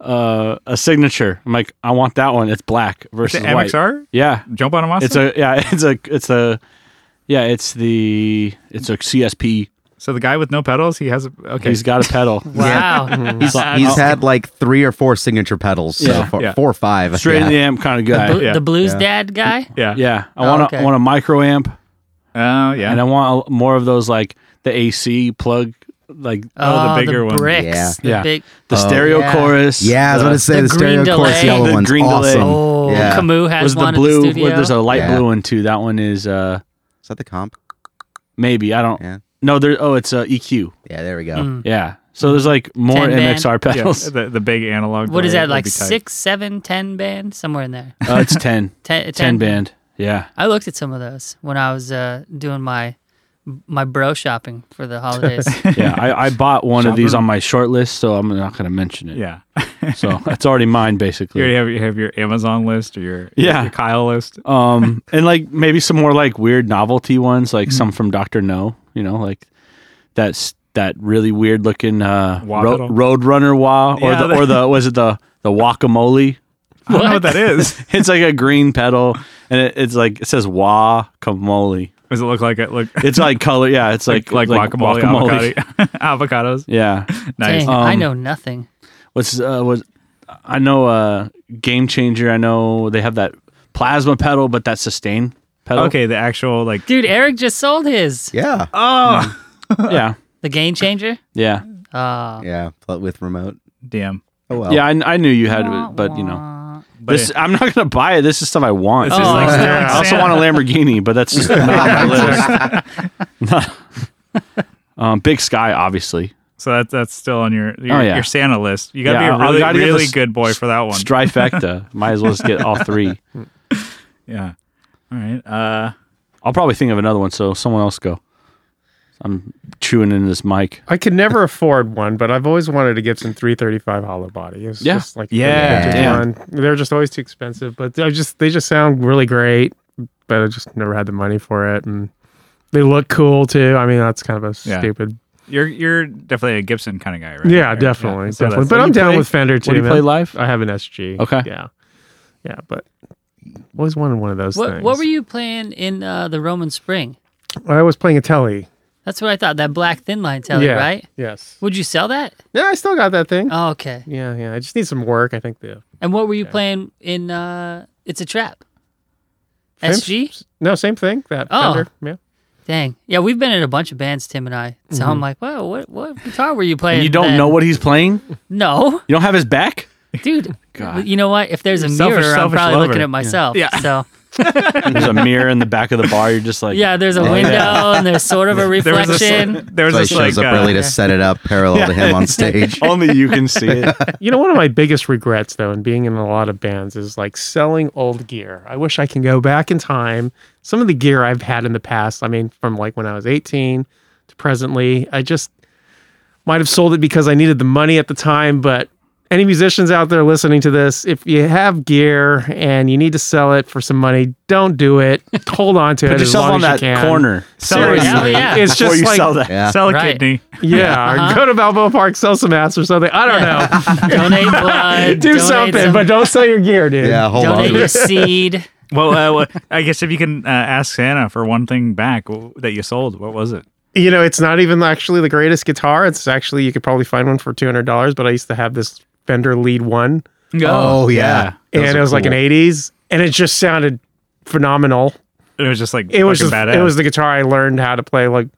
S2: a uh, a signature? I'm like, I want that one. It's black
S1: the
S2: versus white.
S1: MXR.
S2: Yeah,
S1: Jump on a monster.
S2: it's a yeah, [LAUGHS] it's a it's a yeah, it's the it's a CSP.
S1: so the guy with no pedals, he has a, okay.
S2: He's got a pedal. [LAUGHS]
S3: wow.
S4: He's, he's had like three or four signature pedals so
S2: Yeah.
S4: far,
S1: Yeah.
S4: four or five.
S2: Straight
S4: yeah.
S2: in the amp kind of guy.
S3: [LAUGHS] Blu-
S1: yeah.
S3: The blues
S4: Yeah.
S3: dad guy?
S1: yeah.
S2: yeah, I
S3: Oh,
S2: want a I
S3: okay.
S2: want a micro amp.
S1: Oh yeah.
S2: and I want a- more of those like the AC plug, like
S1: Oh, the bigger one.
S3: Bricks.
S4: Yeah.
S3: The
S2: Yeah.
S3: big,
S2: the stereo
S3: yeah.
S2: chorus.
S4: Yeah, I was
S2: the-
S4: gonna say
S3: the
S4: the,
S3: green
S4: stereo
S3: delay.
S4: course yellow
S2: Uh, The
S4: one's
S2: green delay.
S4: awesome.
S3: oh,
S4: Yeah.
S3: Camus has
S2: was the
S3: one
S2: blue.
S3: at the
S2: was-
S3: studio.
S2: there's a light
S4: Yeah.
S2: blue one too. That one is uh
S4: Is that the comp?
S2: maybe I don't
S4: Yeah.
S2: no there. Oh, it's uh, EQ.
S4: Yeah, there we go.
S3: Mm.
S2: Yeah. So there's like more
S3: 10 band.
S2: MXR
S1: Yeah, [LAUGHS]
S2: pedals.
S1: the, the big analog.
S3: What is
S1: delay
S3: that,
S1: would
S3: like
S1: be tight.
S3: six, seven, ten band? Somewhere in there.
S2: Uh, it's
S3: [LAUGHS]
S2: 10. [LAUGHS]
S3: Ten,
S2: 10 band. Yeah.
S3: I looked at some of those when I was uh, doing my my bro shopping for
S2: [LAUGHS]
S3: the holidays.
S2: Yeah. I, I bought one of these on my short list, so I'm not gonna mention it.
S1: Yeah. [LAUGHS]
S2: So it's already mine
S1: You
S2: basically.
S1: already have you have your Amazon list or your
S2: Yeah.
S1: your Kyle list.
S2: um and like maybe some more like weird novelty ones like some from dr no you know like that's that really weird looking uh
S1: Wah
S2: ro-
S1: pedal.
S2: road runner wah or
S1: Yeah,
S2: the or the was it the
S1: [LAUGHS]
S2: the guacamole
S1: I don't know
S2: [LAUGHS]
S1: what that is.
S2: it's like a green pedal and it, it's like it says guacamole
S1: Does it look like it? Look
S2: it's like color yeah it's like
S1: like, guacamole, avocado- [LAUGHS] avocados.
S2: [LAUGHS] yeah
S1: Nice.
S3: Dang, I
S2: Um,
S3: know nothing.
S2: what's uh was i know uh game changer i know they have that plasma pedal but that sustain pedal
S1: Okay, the actual like
S2: Uh,
S3: Dude, Eric just sold his.
S4: Yeah.
S1: oh
S2: yeah
S3: The game changer?
S2: Yeah.
S3: Uh,
S4: Yeah, pl- with remote.
S1: Damn.
S4: Oh well.
S2: Yeah, I, I knew you had it, but you know.
S1: But
S2: this, I'm not gonna buy it. This is stuff I want.
S1: This is
S3: Oh.
S1: like
S3: Yeah.
S1: Stealing
S2: I also
S1: Santa.
S2: want a Lamborghini, but that's just not on my list.
S1: [LAUGHS]
S2: um, Big Sky, obviously.
S1: So that, that's still on your your,
S2: Oh, yeah.
S1: your Santa list. You got to
S2: Yeah,
S1: be
S2: I- I
S1: a really,
S2: gotta get
S1: really
S2: the
S1: good boy for that one. [LAUGHS]
S2: Strifecta. Might as well just get all three.
S1: yeah. All right. Uh,
S2: I'll probably think of another one. So someone else go. I'm chewing in this mic.
S5: I could never afford one, but I've always wanted a Gibson 335 hollow body. It's
S2: Yeah.
S5: just like
S1: Yeah,
S5: just
S2: yeah.
S5: one. They're just always too expensive, but they just they just sound really great. But I just never had the money for it, and they look cool too. I mean, that's kind of a
S1: Yeah.
S5: stupid.
S1: you're you're definitely a Gibson kind of guy, right?
S5: Yeah,
S1: Or-
S5: definitely,
S1: so
S5: definitely.
S1: that's-
S5: But
S2: What
S5: I'm
S2: do you
S5: down
S2: play-
S5: with Fender too.
S2: What do you
S5: man.
S2: play live?
S5: I have an SG.
S2: Okay.
S5: Yeah, yeah, but always wanted one of those
S3: what,
S5: things.
S3: what were you playing in uh, the Roman Spring?
S5: I was playing a telly.
S3: That's what I thought. That black thin line telly,
S5: yeah.
S3: right?
S5: Yes.
S3: Would you sell that?
S5: Yeah, I still got that thing.
S3: Oh, okay.
S5: yeah, yeah. I just need some work. I think the
S3: And what were you playing in? Uh, it's a trap. SG.
S5: No, same thing. That
S3: Oh.
S5: Fender. Yeah.
S3: Dang. Yeah, we've been in a bunch of bands, Tim and I. So I'm like, whoa, what what guitar were you playing?
S2: And you don't
S3: then?"
S2: know what he's playing.
S3: No,
S2: You don't have his back.
S3: dude.
S2: God.
S3: You know what? If there's a
S1: Selfish,
S3: mirror, I'm
S1: selfish
S3: probably
S1: lover.
S3: looking
S1: Yeah.
S3: at myself. Yeah. So
S2: There's
S5: [LAUGHS]
S2: a mirror in the back of the bar. You're just like,
S3: yeah, there's a
S4: Yeah.
S3: window and there's sort of a
S1: There was this,
S3: reflection.
S1: there was
S4: Clay
S1: this like
S4: shows up
S1: uh,
S4: early to set it up parallel to him on stage.
S2: Only you can see
S5: [LAUGHS]
S2: it.
S5: You know, one of my biggest regrets, though, in being in a lot of bands is like selling old gear. I wish I can go back in time. Some of the gear I've had in the past, I mean, from like when I was 18 to presently, I just might have sold it because I needed the money at the time. But any musicians out there listening to this, if you have gear and you need to sell it for some money, don't do it. Hold on to it.
S2: Put
S5: as
S2: yourself
S5: long
S2: on
S5: as you
S2: that
S5: can.
S2: corner.
S1: Seriously.
S3: Hell yeah.
S5: It's
S2: Before
S5: just
S2: you
S5: like,
S2: sell
S1: [LAUGHS]
S2: that.
S4: Yeah.
S1: sell a
S3: Right.
S1: kidney.
S5: yeah,
S3: Uh-huh.
S5: or go to Balboa Park, sell some ass or something. I don't know.
S3: [LAUGHS] donate blood.
S5: [LAUGHS] do
S3: donate
S5: something,
S3: some-
S5: but don't sell your gear, dude.
S4: Yeah, hold on.
S3: donate
S4: to
S3: your
S4: it.
S3: seed.
S1: Well, uh, well, I guess if you can uh, ask Santa for one thing back w- that you sold, what was it?
S5: You know, it's not even actually the greatest guitar. It's actually you could probably find one for two hundred dollars. But I used to have this Fender Lead One,
S4: Oh yeah.
S5: and it was like an '80s, and it just sounded phenomenal.
S1: It was just like
S5: It was just,
S1: fucking badass.
S5: it was the guitar I learned how to play like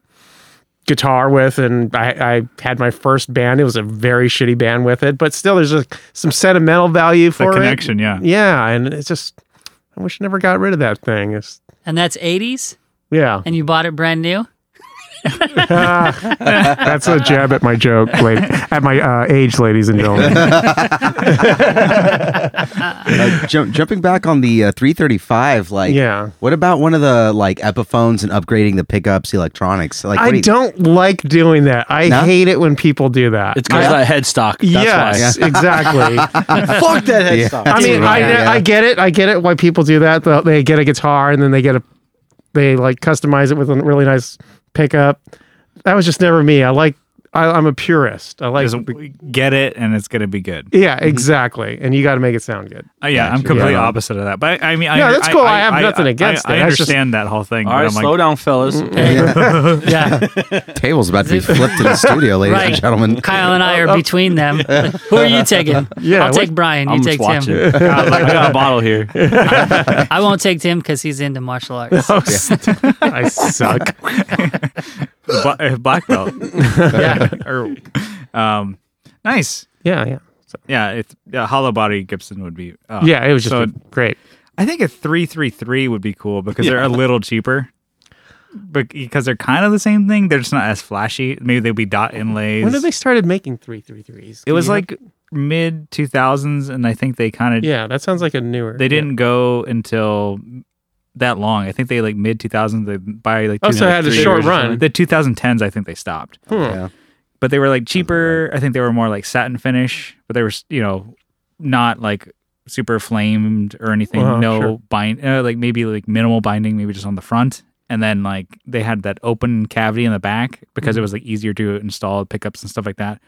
S5: guitar with, and I, I had my first band. It was a very shitty band with it, but still, there's just some sentimental value
S1: the
S5: for it.
S1: connection. Yeah.
S5: Yeah, and it's just I wish I never got rid of that thing. It's
S3: And that's 80s,
S5: yeah,
S3: [LAUGHS]
S5: Ah,
S3: and you bought it brand new.
S5: that's a jab at my joke, like at my uh, age, ladies and gentlemen.
S4: Uh, jump, jumping back on the uh, 335, like,
S5: Yeah.
S4: What about one of the like Epiphones and upgrading the pickups, electronics? Like, what
S5: I
S4: do you- [LAUGHS]
S5: don't like doing that. I
S4: No?
S5: hate it when people do that.
S2: It's because that headstock. That's
S4: [LAUGHS]
S5: yes, exactly.
S2: Fuck that headstock.
S5: I mean, I,
S4: right, yeah.
S5: I get it. I get it why people do that. Though They get a guitar and then they get a they like customize it with a really nice pickup. That was just never me. I like I, I'm a purist. I like
S1: Just get it, and it's gonna be good.
S5: yeah,
S4: Mm-hmm.
S5: exactly. And you got to make it
S4: [LAUGHS]
S5: sound good.
S1: Uh, yeah, I'm completely
S5: Yeah.
S1: opposite of that. But I, I mean, I,
S5: No, that's cool. I have nothing against
S1: I,
S5: it.
S1: I
S5: That's just-
S1: understand that whole thing.
S2: All
S1: but
S2: right,
S1: I'm like,
S2: slow down, fellas.
S3: Yeah.
S4: Table's about to be flipped in the studio, ladies and
S3: Right.
S4: gentlemen.
S3: [LAUGHS] Kyle and I are between them. Who are you taking?
S5: Yeah,
S3: I'll
S5: what-
S3: take Brian. You
S2: I'm
S3: take
S2: just watching. [LAUGHS]
S3: Tim.
S2: I got a bottle here.
S3: I won't take Tim because he's into martial arts.
S5: I [LAUGHS] suck.
S1: [LAUGHS] bla- uh, black belt. Or, um, nice.
S5: Yeah, yeah,
S1: Yeah, it's yeah, hollow body Gibson would be. Uh,
S5: yeah. It was just
S1: so.
S5: great.
S1: I think a three three three would be cool because they're a little cheaper. But because they're kind of the same thing, they're just not as flashy. Maybe they'd be dot inlays.
S5: When did they started making three three threes?
S1: It was like mid two thousands, and I think they kind of
S5: yeah. That sounds like a newer.
S1: they didn't go until that long. I think they like mid two thousands. They by like
S5: Oh, so it had a
S1: 2003
S5: short
S1: or something.
S5: run.
S1: The two thousand tens, I think they stopped.
S5: Hmm.
S4: Yeah.
S1: but they were like cheaper. I think they were more like satin finish, but they were you know not like super flamed or anything.
S5: Uh-huh,
S1: no
S5: sure.
S1: bind, uh, like maybe like minimal binding, maybe just on the front. And then like they had that open cavity in the back because it was like easier to install pickups and stuff like that.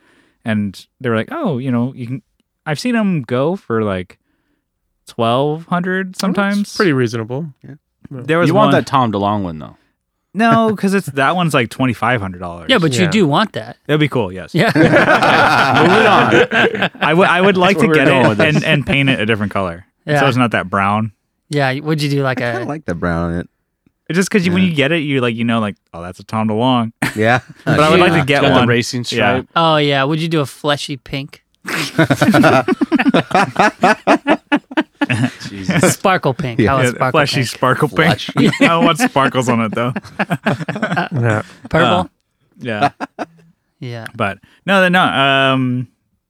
S1: And they were like, oh, you know, you can. I've seen them go for like twelve hundred sometimes.
S5: It's pretty reasonable.
S1: There was
S2: You want
S1: one-
S2: that Tom DeLong one though.
S1: [LAUGHS] No, because it's that one's like twenty five hundred dollars.
S3: Yeah, but you
S5: Yeah.
S3: do want that.
S1: that'd be cool. Yes.
S3: Yeah.
S4: [LAUGHS]
S2: Moving on.
S1: [LAUGHS] I would I would like to
S2: where we're
S1: get
S2: going with
S1: it
S2: this.
S1: and, and paint it a different color.
S3: Yeah.
S1: So it's not that brown.
S3: Yeah. Would you do like
S4: I
S3: a
S4: like the brown on it.
S1: Just because you, when you get it, you like you know like oh that's a Tom DeLong.
S4: Yeah.
S1: but I would like to get
S2: Got
S1: one.
S2: the racing
S1: Yeah.
S2: stripe.
S3: Oh yeah, would you do a fleshy pink? [LAUGHS]
S2: Jesus.
S3: Sparkle pink.
S4: Yeah.
S3: How about
S1: Yeah,
S3: sparkle
S1: fleshy
S3: pink?
S1: sparkle pink. [LAUGHS] I don't want sparkles on it though.
S5: Yeah.
S3: Purple.
S1: Yeah,
S3: yeah.
S1: but no, no. Um,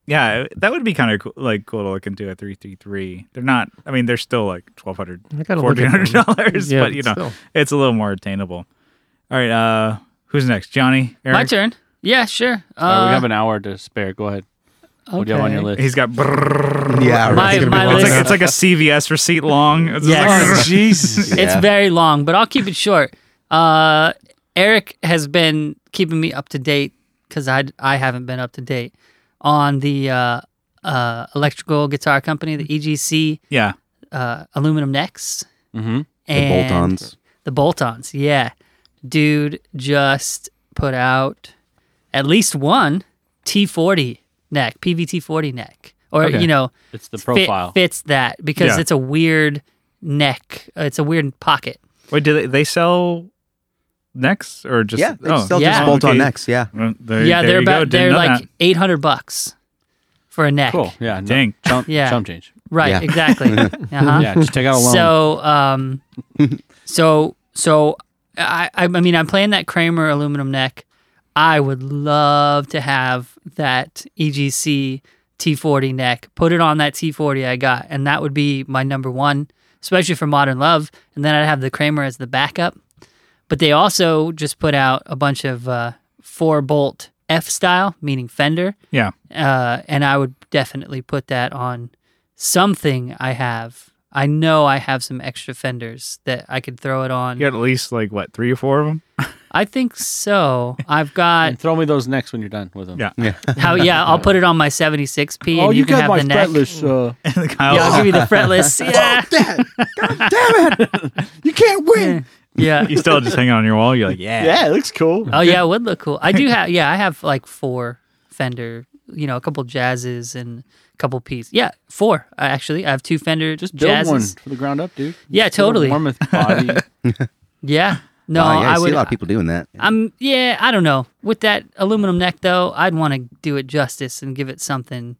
S1: yeah, that would be kind of cool, like cool to look into a three three three. They're not. I mean, they're still like twelve hundred,
S5: I gotta look
S1: fourteen
S5: at
S1: hundred
S5: them.
S1: dollars.
S5: Yeah,
S1: but you know,
S5: still.
S1: it's a little more attainable. All right. Uh, who's next? Johnny. Eric?
S3: My turn. Yeah, sure. Uh,
S2: Uh, we have an hour to spare. Go ahead. What do you have on your
S3: okay.
S2: list?
S1: He's got. brrrr.
S4: [LAUGHS] yeah.
S3: My-
S4: right.
S5: It's gonna be
S3: my
S1: It's
S3: list-
S5: long
S1: like
S5: enough.
S1: it's like a CVS receipt long. It's just
S3: Yes.
S4: Oh,
S1: like- [LAUGHS]
S2: Jesus.
S3: It's
S4: Yeah.
S3: very long, but I'll keep it short. Uh, Eric has been keeping me up to date because I I haven't been up to date on the uh, uh, electrical guitar company, the EGC
S1: yeah.
S3: uh, aluminum necks
S2: Mm-hmm.
S4: the
S3: and
S4: bolt-ons.
S3: The bolt-ons, yeah. Dude just put out at least one T40 neck, PVT40 neck, or
S2: Okay.
S3: you know,
S2: It's the
S3: fit-
S2: profile.
S3: fits that because
S1: Yeah.
S3: it's a weird neck. uh, It's a weird pocket.
S1: Wait, do they, they sell necks or just?
S4: Yeah. They
S1: oh.
S4: still
S3: Yeah.
S4: just bolt on
S1: Okay.
S4: next. Yeah. [LAUGHS]
S1: Well, there-
S3: yeah,
S1: there
S3: they're
S1: you go.
S3: about
S1: Didn't
S3: they're
S1: know
S3: like
S1: that.
S3: eight hundred bucks for a neck.
S2: Cool. Oh, Yeah. No,
S1: Dang.
S2: Chump,
S3: Yeah.
S2: chump change.
S3: Right,
S1: [LAUGHS]
S4: Yeah.
S3: exactly. uh-huh.
S2: Yeah. Just take out a loan.
S3: So, um, [LAUGHS] so, so, I, I I mean, I'm playing that Kramer aluminum neck. I would love to have that E EGC T40 neck. Put it on that T40 I got, and that would be my number one, especially for Modern Love. And then I'd have the Kramer as the backup. But they also just put out a bunch of uh, four bolt F style, meaning fender
S1: Yeah.
S3: uh, and I would definitely put that on something I have. I know I have some extra fenders that I could throw it on.
S1: You got at least like what three or four of [LAUGHS] them?
S3: I think so. I've
S2: [LAUGHS]
S3: got
S2: and throw me those next when you're done with them.
S1: Yeah.
S3: how? Yeah, I'll put it on my 76p.
S2: Oh,
S3: and
S2: you,
S3: you, can
S2: got
S3: have
S2: my
S3: the neck.
S2: fretless. Uh,
S1: Kyle-
S3: Yeah, I'll give you the
S2: [LAUGHS]
S3: fretless. Yeah,
S2: you can't win.
S3: yeah.
S1: you still just hang it on your wall. You're like, yeah.
S2: it looks cool.
S3: Oh yeah, it would look cool. I do have. Yeah, I have like four Fender. You know, a couple jazzes and a couple P's. Yeah, four uh, actually. I have two Fender
S2: Just build
S3: jazzes.
S2: one from the ground up, dude.
S3: Yeah,
S2: Just build a
S3: totally.
S2: Warmth [LAUGHS] body.
S3: Yeah. No,
S4: Oh, [LAUGHS] yeah,
S3: I
S4: I, see
S3: would.
S4: a lot of people doing that.
S3: I'm yeah, I don't know. With that aluminum neck though, I'd want to do it justice and give it something.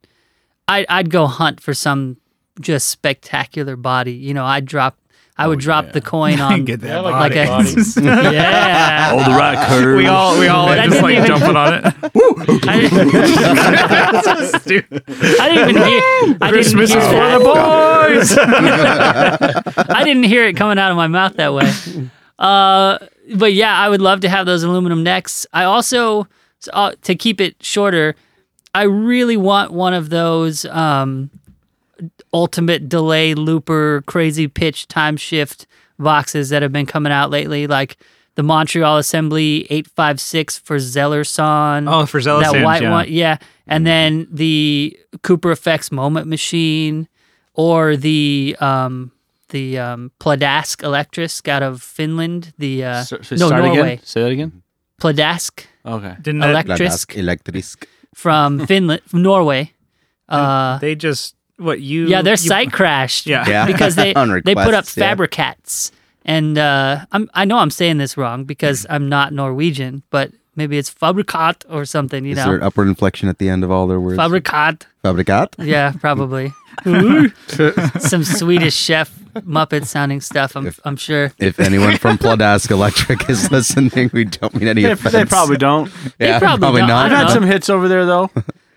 S3: I I'd go hunt for some just spectacular body. You know, I'd drop I would drop the coin on
S1: Get that
S2: Yeah,
S1: body.
S2: like
S3: Um, like a [LAUGHS] yeah.
S2: the
S3: [LAUGHS]
S2: right curve.
S1: we all we all
S3: That
S1: just
S3: didn't
S1: like
S3: even- [LAUGHS]
S1: jumping on it.
S3: I didn't, I didn't even hear. I didn't
S1: Christmas
S3: hear,
S1: is for
S3: that.
S1: the
S3: [LAUGHS]
S1: boys.
S3: I didn't hear it coming out of my mouth that way. Uh, but yeah, I would love to have those aluminum necks. I also so, uh, to keep it shorter. I really want one of those um, ultimate delay looper, crazy pitch, time shift boxes that have been coming out lately, like the Montreal Assembly 856 for Zellerson.
S1: Oh, for Zealous
S3: that
S1: Hands,
S3: white
S1: yeah.
S3: one, yeah. And then the Cooper Effects Moment Machine, or the um, the um, Pladask Electrisk out of Finland. The uh,
S2: So, so
S3: no
S2: start
S3: Norway
S2: again. Say that again.
S3: Pladask
S2: Okay.
S1: Didn't that,
S3: Electrisk
S4: Electrisk.
S1: [LAUGHS]
S3: from Finland, from Norway. Uh,
S1: they just what you?
S3: yeah, their
S1: you-
S3: site crashed. [LAUGHS]
S1: Yeah.
S4: Yeah.
S3: because they
S4: [LAUGHS] On
S3: they put up
S4: requests, yeah.
S3: Fabricats, and uh, I'm I know I'm saying this wrong
S1: Mm.
S3: because I'm not Norwegian, but maybe it's Fabrikat or something. You
S4: Is
S3: know,
S4: there an upward inflection at the end of all their words?
S3: Fabrikat.
S4: Fabricat?
S3: Yeah,
S4: [LAUGHS]
S3: probably. Some Swedish chef Muppet sounding stuff, I'm, I'm sure.
S4: If anyone from Pladask Electric is [LAUGHS] listening, we don't mean any
S2: They,
S4: offense.
S2: they probably don't.
S3: They probably don't. I
S2: I've
S3: don't
S2: had
S3: know.
S2: some hits over there though.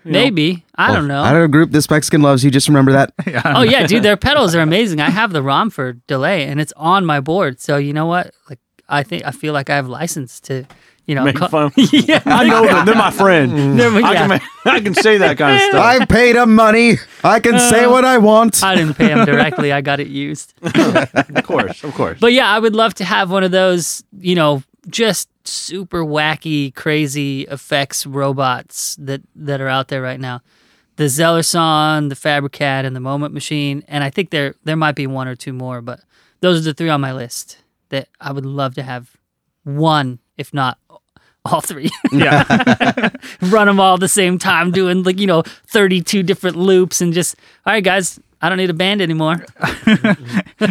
S3: Maybe. I don't
S4: oh, I
S3: know.
S4: don't know. Group this Mexican loves you. Just remember that.
S3: Oh, [LAUGHS] yeah, dude,
S4: [LAUGHS]
S3: their pedals are amazing. I have the ROM for delay and it's on my board. So, you know what? Like, I think I feel like I have license to, you
S2: [LAUGHS]
S3: know,
S2: Make
S3: co-
S2: fun.
S3: [LAUGHS] yeah.
S2: I know them. They're my friend.
S3: [LAUGHS] Never-
S2: I,
S3: yeah.
S2: can, ma- I can say that
S3: [LAUGHS]
S2: kind of stuff.
S4: I've paid him money. I can say what I want.
S3: Uh, I didn't pay them directly. I got it used.
S2: of course, of course.
S3: But yeah, I would love to have one of those, you know, just super wacky, crazy effects robots that that are out there right now. The Zellerson, the Fabricat, and the Moment Machine, and I think there there might be one or two more, but those are the three on my list that I would love to have one, if not all three.
S1: Yeah,
S3: [LAUGHS] Run them all at the same time, doing like you know thirty two different loops, and just all right, guys, I don't need a band anymore.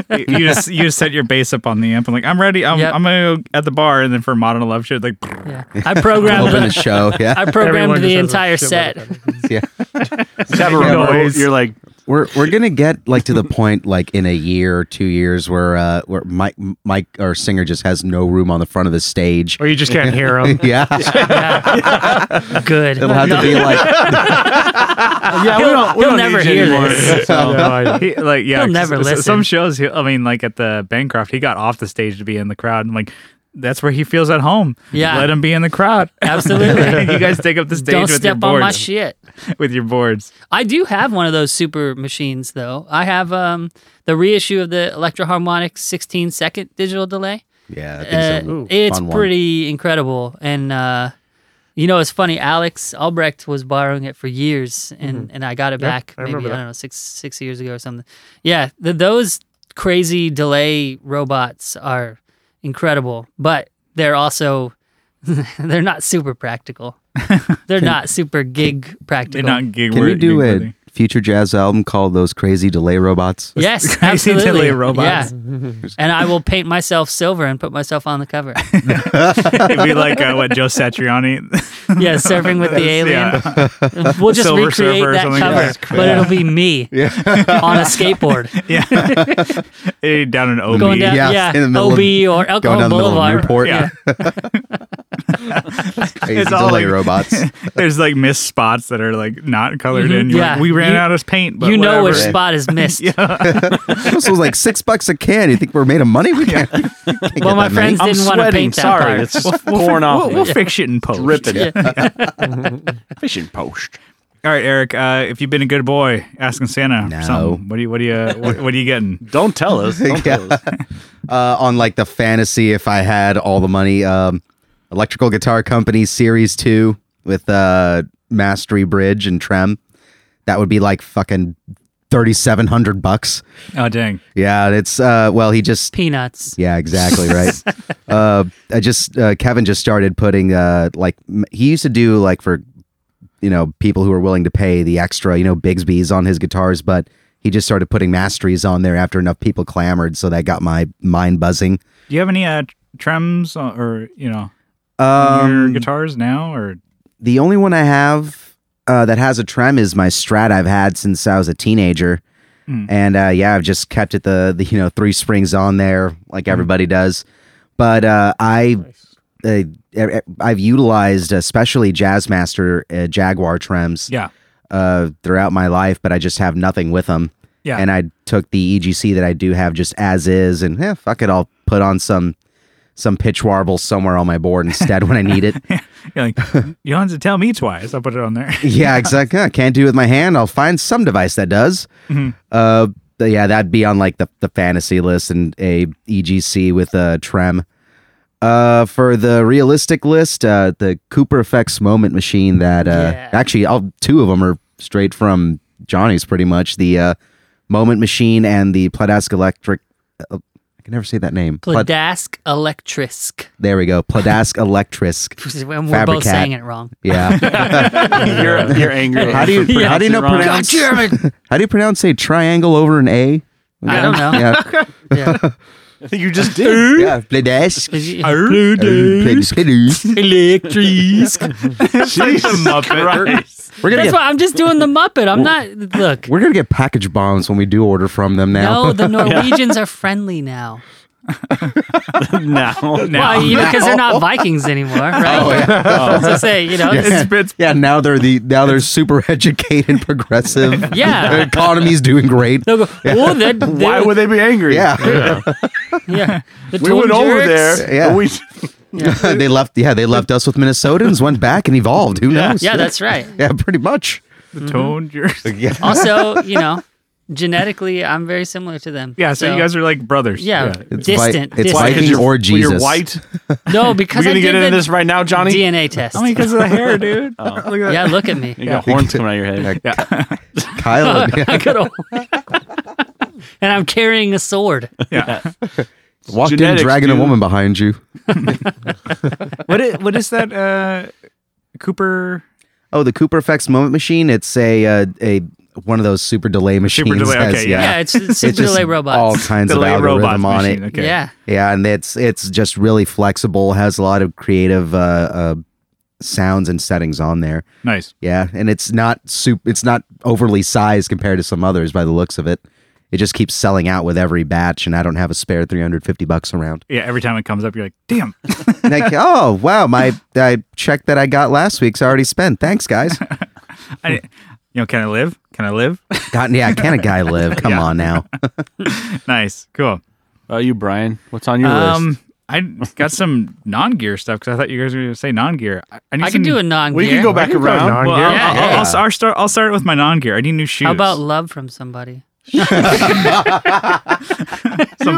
S1: you you just you just set your bass up on the amp and like I'm ready. I'm,
S3: Yep.
S1: I'm gonna go at the bar and then for modern love shit like
S3: Yeah. I programmed
S4: Open the
S3: the, [LAUGHS]
S4: show. Yeah.
S5: [LAUGHS]
S3: I programmed
S5: Everyone just
S3: the
S5: has a
S3: entire
S5: shitload of
S3: set.
S4: yeah.
S2: You have a
S5: Yeah,
S2: remote,
S5: always.
S2: You're like,
S4: We're we're gonna get like to the point like in a year or two years where uh where Mike Mike our singer just has no room on the front of the stage.
S5: Or you just can't hear [LAUGHS] them.
S3: [LAUGHS]
S4: yeah.
S3: Good.
S4: It'll have
S3: [LAUGHS]
S4: to be like
S2: yeah, we don't, we
S3: he'll
S2: don't
S3: never
S2: need you
S3: hear
S1: [LAUGHS]
S2: anymore.
S3: this.
S5: No, I-
S1: he, like yeah.
S3: He'll never
S1: 'cause
S3: listen.
S1: Some shows. He, I mean, like at the Bancroft, he got off the stage to be in the crowd and like. That's where he feels at home.
S3: Yeah.
S1: let him be in the
S3: [LAUGHS]
S1: crowd.
S3: [LAUGHS] Absolutely.
S1: you guys take up the stage
S3: Don't
S1: with your
S3: step on
S1: boards.
S3: my shit.
S1: with your boards.
S3: I do have one of those super machines though. I have um, the reissue of the Electro Harmonic 16 second digital delay.
S4: Yeah, I think
S3: Uh,
S4: so.
S3: it's
S4: Fun one.
S3: pretty incredible. And uh, you know, it's funny. Alex Albrecht was borrowing it for years, and,
S4: Mm-hmm.
S3: and I got it back
S5: I
S3: maybe I
S5: remember that.
S3: don't know six six years ago or something. Yeah, th those crazy delay robots are incredible, but they're also [LAUGHS] they're not super
S4: [LAUGHS]
S3: practical. they're not super gig
S1: They're
S3: practical.
S1: not gig
S4: Can we
S1: worthy-
S4: do
S1: gig
S4: a
S1: worthy.
S4: future jazz album called Those Crazy Delay Robots?
S3: [LAUGHS] Yes,
S1: Crazy
S3: absolutely.
S1: delay robots.
S3: Yeah. and I will paint myself silver and put myself on the
S1: [LAUGHS]
S3: cover.
S1: It'd be like uh, what Joe Satriani. [LAUGHS]
S3: Yeah, surfing with the alien.
S1: yeah. [LAUGHS]
S3: We'll just
S1: Silver
S3: recreate
S1: Surfer or
S3: that
S1: something.
S3: cover,
S1: Yeah.
S3: but it'll be me on a skateboard
S1: Eh, down in OB.
S3: going down,
S4: Yeah,
S3: yeah,
S4: in the middle
S3: OB
S4: of-
S3: or
S4: Going
S3: Alcohol
S4: down the middle of
S3: Boulevard.
S4: Newport.
S1: Yeah.
S4: [LAUGHS] Crazy
S1: It's all
S4: delay
S1: like-
S4: robots.
S1: There's like missed spots that are like not colored in. You're
S3: Mm-hmm. Yeah.
S1: like, we ran
S3: You-
S1: out of paint. But
S3: you know which
S1: whatever.
S3: spot is
S1: [LAUGHS]
S3: missed.
S4: this was like six bucks a can. You think we're made of money? We can't. can't get
S3: Well, my
S4: that many.
S3: friends
S2: I'm
S3: didn't want to
S2: sweating.
S3: paint that part.
S2: Sorry, it's just pouring
S1: We'll,
S2: off. [LAUGHS]
S1: we'll fix it in post.
S2: Ripping it.
S3: Yeah.
S2: [LAUGHS] Fishing post.
S1: All right, Eric. Uh, if you've been a good boy, asking Santa.
S4: No.
S1: Or something. What do you? What do you? uh, What, what are you
S2: [LAUGHS]
S1: getting?
S2: Don't tell us. Don't tell us.
S4: uh, on like the fantasy if I had all the money. Um, Electrical Guitar Company Series Two with uh, Mastery Bridge and Trem. That would be like fucking thirty seven hundred bucks.
S1: Oh dang!
S4: Yeah, it's uh, well, he just
S3: Peanuts.
S4: [LAUGHS] yeah, exactly right. uh, I just uh, Kevin just started putting uh, like m- he used to do like for you know people who are willing to pay the extra, you know, Bigsby's on his guitars, but he just started putting masteries on there after enough people clamored, so that got my mind buzzing.
S1: Do you have any uh, trems uh, or you know your
S4: Um,
S1: guitars now or
S4: the only one I have uh, that has a trem is my Strat I've had since I was a teenager,
S1: Mm.
S4: and uh, yeah, I've just kept it the, the you know three springs on there like
S1: Hmm.
S4: everybody does. But uh, I uh, e- I've utilized especially Jazzmaster uh, Jaguar trims
S1: yeah?
S4: uh, throughout my life, but I just have nothing with them.
S1: Yeah.
S4: And I took the EGC that I do have just as is, and eh, fuck it, I'll put on some some pitch warble somewhere on my board instead when I need it.
S1: You're like [LAUGHS] you don't have to tell me twice. I'll put it on there. [LAUGHS]
S4: yeah, exactly. I can't do it with my hand. I'll find some device that does.
S3: Mm-hmm.
S4: Uh, but yeah, that'd be on like the, the fantasy list and a EGC with a trem. Uh, for the realistic list, uh, the Cooper Effects Moment Machine that uh,
S3: Yeah.
S4: actually, all two of them are straight from Johnny's, pretty much the uh, Moment Machine and the Pladask Electric. Uh, I can never say that name. Plad-
S3: Pladask Electrisk. [LAUGHS]
S4: there we go, Pladask Electrisk.
S3: And we're
S4: Fabricat.
S3: both saying it wrong.
S4: Yeah.
S2: [LAUGHS]
S3: [LAUGHS]
S2: You're, you're angry.
S4: How do you-
S2: Yeah.
S4: how do you know
S2: Pronounce it wrong.
S4: pronounce-
S3: God damn
S4: [LAUGHS]
S3: it.
S4: How do you pronounce a triangle over an A?
S3: I don't know. [LAUGHS]
S4: Yeah.
S3: Yeah.
S2: I think you just [LAUGHS] did.
S4: Yeah, Pladask. Pladask.
S1: [LAUGHS]
S3: Electrisk.
S1: Jesus Christ.
S4: We're gonna
S3: That's
S4: get
S3: why I'm just doing the Muppet. I'm not. Look.
S4: we're gonna get package bombs when we do order from them now.
S3: No, the Norwegians are friendly now.
S2: [LAUGHS] now.
S3: Well, you know, because they're not Vikings anymore, right? [LAUGHS] so say, you know, it's-
S1: It's,
S4: [LAUGHS]
S1: it's
S4: [LAUGHS] Yeah, now they're the now they're super educated,
S3: [LAUGHS]
S4: progressive.
S3: Yeah.
S4: their economy's doing great.
S3: they'll go, oh, they're, they're,
S2: Why would they be
S1: [LAUGHS]
S2: angry?
S3: [LAUGHS]
S4: Yeah,
S3: yeah, the
S2: We
S3: twin
S2: went over
S3: jerks."
S2: there.
S4: Yeah.
S2: and We,
S4: [LAUGHS] they left. Yeah, they left us with Minnesotans, went back and evolved. Who knows?
S3: Yeah, that's right.
S4: yeah, pretty much.
S1: the tone. You're,
S4: Yeah,
S3: Also, you know, genetically, I'm very similar to them.
S1: yeah. So, you guys are like brothers.
S3: yeah,
S4: Vi-
S3: distant.
S4: it's
S2: Why,
S3: distant.
S2: 'cause
S4: Viking
S2: you're-
S4: or
S2: well, You're
S3: [LAUGHS]
S4: Jesus.
S2: white.
S3: No,
S2: We're
S3: because I
S2: gonna
S3: did
S2: get into
S3: the
S2: this right now, Johnny.
S3: DNA test.
S1: I mean, because of the hair, dude. Look at that. [LAUGHS]
S3: yeah, look at me.
S2: You got horns coming out of your head.
S3: [LAUGHS]
S4: Kyle. yeah,
S3: I could have. and I'm carrying a sword.
S1: Yeah.
S4: walked
S2: genetics,
S4: in dragging
S2: dude.
S4: a woman behind you.
S1: What is, what is that? Uh, Cooper.
S4: Oh, the Cooper Effects Moment Machine. It's a uh, a one of those super delay machines.
S1: delay,
S4: has-
S1: okay, yeah.
S4: yeah.
S3: Yeah, it's, it's super
S4: just
S3: delay robots.
S4: All [LAUGHS] kinds
S1: Delay
S4: of
S1: robot
S4: algorithm on
S1: machine,
S4: it.
S1: Okay.
S3: Yeah.
S4: Yeah, and it's it's just really flexible. Has a lot of creative uh, uh, sounds and settings on there.
S1: Nice.
S4: Yeah, and it's not soup. It's not overly sized compared to some others by the looks of it. It just keeps selling out with every batch, and I don't have a spare 350 bucks around.
S1: Yeah. Every time it comes up, you're like, damn. [LAUGHS]
S4: like, oh wow, my I check that I got last week's already spent. Thanks, guys.
S1: I, you know, can I live? Can I [LAUGHS] live?
S4: Gotten yeah, can a guy live? Come on
S1: [LAUGHS]
S4: now.
S1: nice. Cool.
S2: About Uh, you, Brian? What's on your list?
S1: Um, I got some non gear stuff because I thought you guys were going to say non gear. I, need
S3: I can
S1: some-
S3: do a non
S2: We can go back around.
S5: non-
S1: Well, I'll,
S3: Yeah.
S1: I'll- I'll, I'll start. I'll start with my non gear. I need new shoes.
S3: How about love from somebody?
S1: some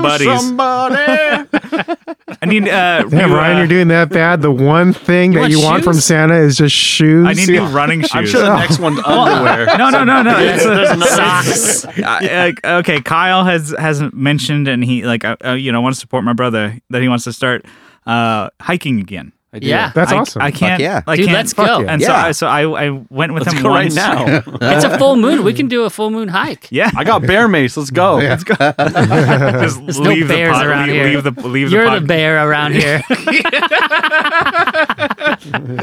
S1: buddies?
S2: Somebody. [LAUGHS]
S1: I need.
S5: [LAUGHS]
S1: Uh,
S5: Yeah,
S1: new,
S5: Ryan,
S1: uh,
S5: you're doing that bad. The one thing that
S3: want
S5: you want from
S3: shoes?
S5: Santa is just shoes.
S1: I need new running shoes.
S2: I'm sure the next [LAUGHS] one's underwear.
S1: no, no, no, no. It's a-
S2: There's another-
S3: Socks.
S1: I, I- okay, Kyle has hasn't mentioned, and he like uh, uh, you know wants to support my brother that he wants to start uh, hiking again.
S2: I do.
S3: Yeah.
S5: That's
S1: I,
S5: awesome.
S1: I can't.
S4: yeah.
S1: I
S3: Dude,
S1: can't,
S3: let's go.
S5: yeah.
S1: And so,
S4: Yeah.
S1: I, so I, I went with
S2: Let's
S1: him
S2: go right
S1: once.
S2: now.
S3: It's a full moon. We can do a full moon hike.
S1: [LAUGHS] Yeah,
S2: [LAUGHS] I got bear mace. Let's go.
S1: just
S3: There's no
S1: leave the
S3: bears
S1: pod,
S3: around
S1: leave,
S3: here.
S1: leave the leave
S3: You're
S1: the,
S3: the bear around here.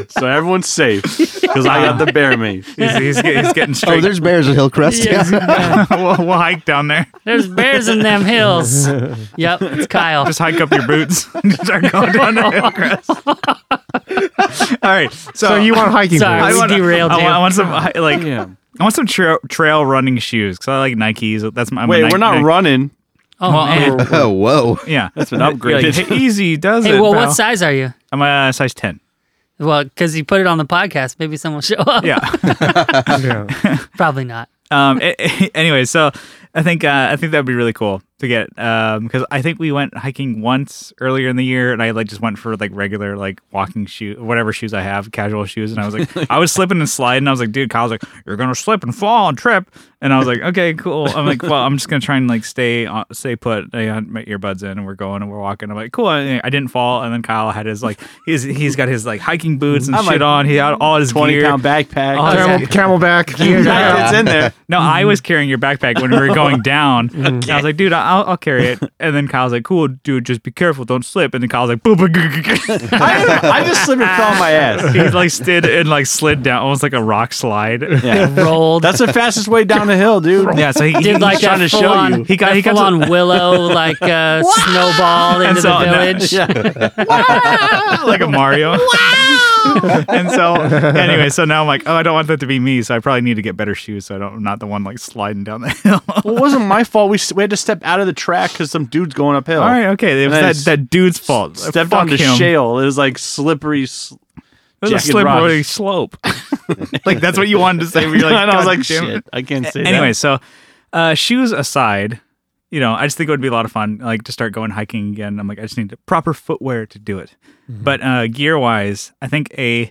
S2: So everyone's safe because I got the bear mace.
S1: bear. He's, he's, get- he's
S2: [LAUGHS]
S1: getting
S4: Oh,
S1: straight.
S4: there's bears at Hillcrest.
S3: Yes.
S4: Yeah.
S1: [LAUGHS]
S4: [LAUGHS]
S1: we'll, we'll hike down there.
S3: There's bears in them
S4: [LAUGHS]
S3: hills. Yep, it's Kyle.
S1: Just hike up your boots [LAUGHS] and start going down the
S3: [LAUGHS]
S1: hill crest. [LAUGHS] All right, so,
S5: so you want hiking
S3: Sorry.
S1: [LAUGHS] I
S5: boots?
S3: We
S1: want,
S3: derailed
S1: I, want,
S3: you.
S1: I want some hi- like
S2: Yeah.
S1: I want some tra- trail running shoes because I like Nikes. That's my I'm a
S2: Wait,
S1: Nike-
S2: we're not
S1: Nike-
S2: running.
S3: Oh man.
S4: Oh whoa.
S1: [LAUGHS] Yeah,
S2: That's been
S1: You're like,
S2: upgraded.
S1: "Hey, easy does
S3: Hey,
S1: it.
S3: well,
S1: pal."
S3: what size are you?
S1: I'm a size ten.
S3: Well, because you put it on the podcast, maybe someone will show up.
S1: Yeah.
S5: Yeah.
S3: Probably not.
S1: um. a- a- [LAUGHS] anyway, so I think uh, I think that'd be really cool to get. Um. Because I think we went hiking once earlier in the year, and I like just went for like regular like walking shoe, whatever shoes I have, casual shoes, and I was
S2: [LAUGHS]
S1: like, I was slipping and sliding. I was like, dude, Kyle's like, you're gonna slip and fall and trip, and I was like, okay, cool. I'm like, well, I'm just gonna try and like stay on, stay put. I had my earbuds in, and we're going and we're walking. I'm like, cool. I, I didn't fall, and then Kyle had his like, he's he's got his like hiking boots and
S2: I'm
S1: shit
S2: like,
S1: on. He had all his
S2: Twenty
S1: gear.
S2: pound backpack.
S1: Oh,
S5: Camel,
S1: yeah.
S5: camelback.
S2: Yeah,
S5: Yeah.
S2: [LAUGHS] It's in there.
S1: No, I was carrying your backpack when we were [LAUGHS] going down. And I was like, dude, I'll, I'll carry it. And then Kyle's like, cool, dude, just be careful, don't slip. And then Kyle's like, boop, boop, boop, boop, boop. [LAUGHS]
S2: I, I just slipped and fell on my ass.
S1: he like slid and like slid down, almost like a rock slide.
S2: Yeah.
S3: Rolled.
S2: That's the fastest way down the hill, [LAUGHS] dude.
S1: Yeah, so he
S3: did like
S1: trying
S3: that
S1: to
S3: full
S1: show
S3: on,
S1: you. He got
S3: that
S1: he got
S3: full
S1: to- [LAUGHS]
S3: on willow like uh, snowball into
S1: so-
S3: the
S1: no,
S3: village.
S1: [LAUGHS] like a Mario. [LAUGHS] and so anyway, so now I'm like, oh, I don't want that to be me, so I probably need to get better shoes. So I don't, I'm not the one like sliding down the [LAUGHS] hill. All
S2: Well, it wasn't my fault. We, s- we had to step out of the track because some dude's going uphill.
S1: right, okay, it was
S2: And I
S1: that,
S2: s-
S1: that dude's fault.
S2: Stepped
S1: Fuck
S2: on the
S1: him.
S2: shale. It was like slippery. s-
S1: It was a
S2: Jagged
S1: slippery
S2: rocks.
S1: slope.
S2: [LAUGHS]
S1: like that's what you wanted to say. but You're like,
S2: and [LAUGHS] I was
S1: "God
S2: like,
S1: damn it."
S2: shit, I can't say that.
S1: anyway, so uh, shoes aside, you know, I just think it would be a lot of fun, like to start going hiking again. I'm like, I just need the proper footwear to do it.
S2: Mm-hmm.
S1: But uh, gear wise, I think a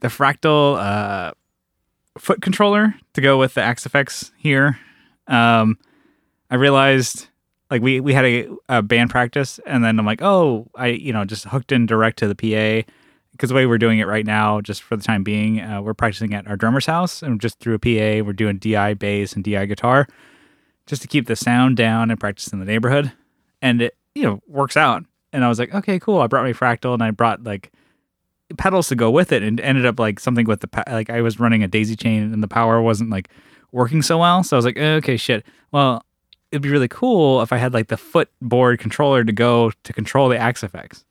S1: the fractal uh, foot controller to go with the Axe FX here. Um, I realized like we we had a, a band practice, and then I'm like, oh, I you know just hooked in direct to the PA. Because the way we're doing it right now, just for the time being, uh, we're practicing at our drummer's house and just through a PA, we're doing DI bass and DI guitar just to keep the sound down and practice in the neighborhood. And it, you know, works out. And I was like, okay, cool. I brought my fractal and I brought like pedals to go with it and ended up like something with the, pa- like I was running a daisy chain and the power wasn't like working so well. So I was like, eh, okay, shit. Well, it'd be really cool if I had like the footboard controller to go to control the Axe effects.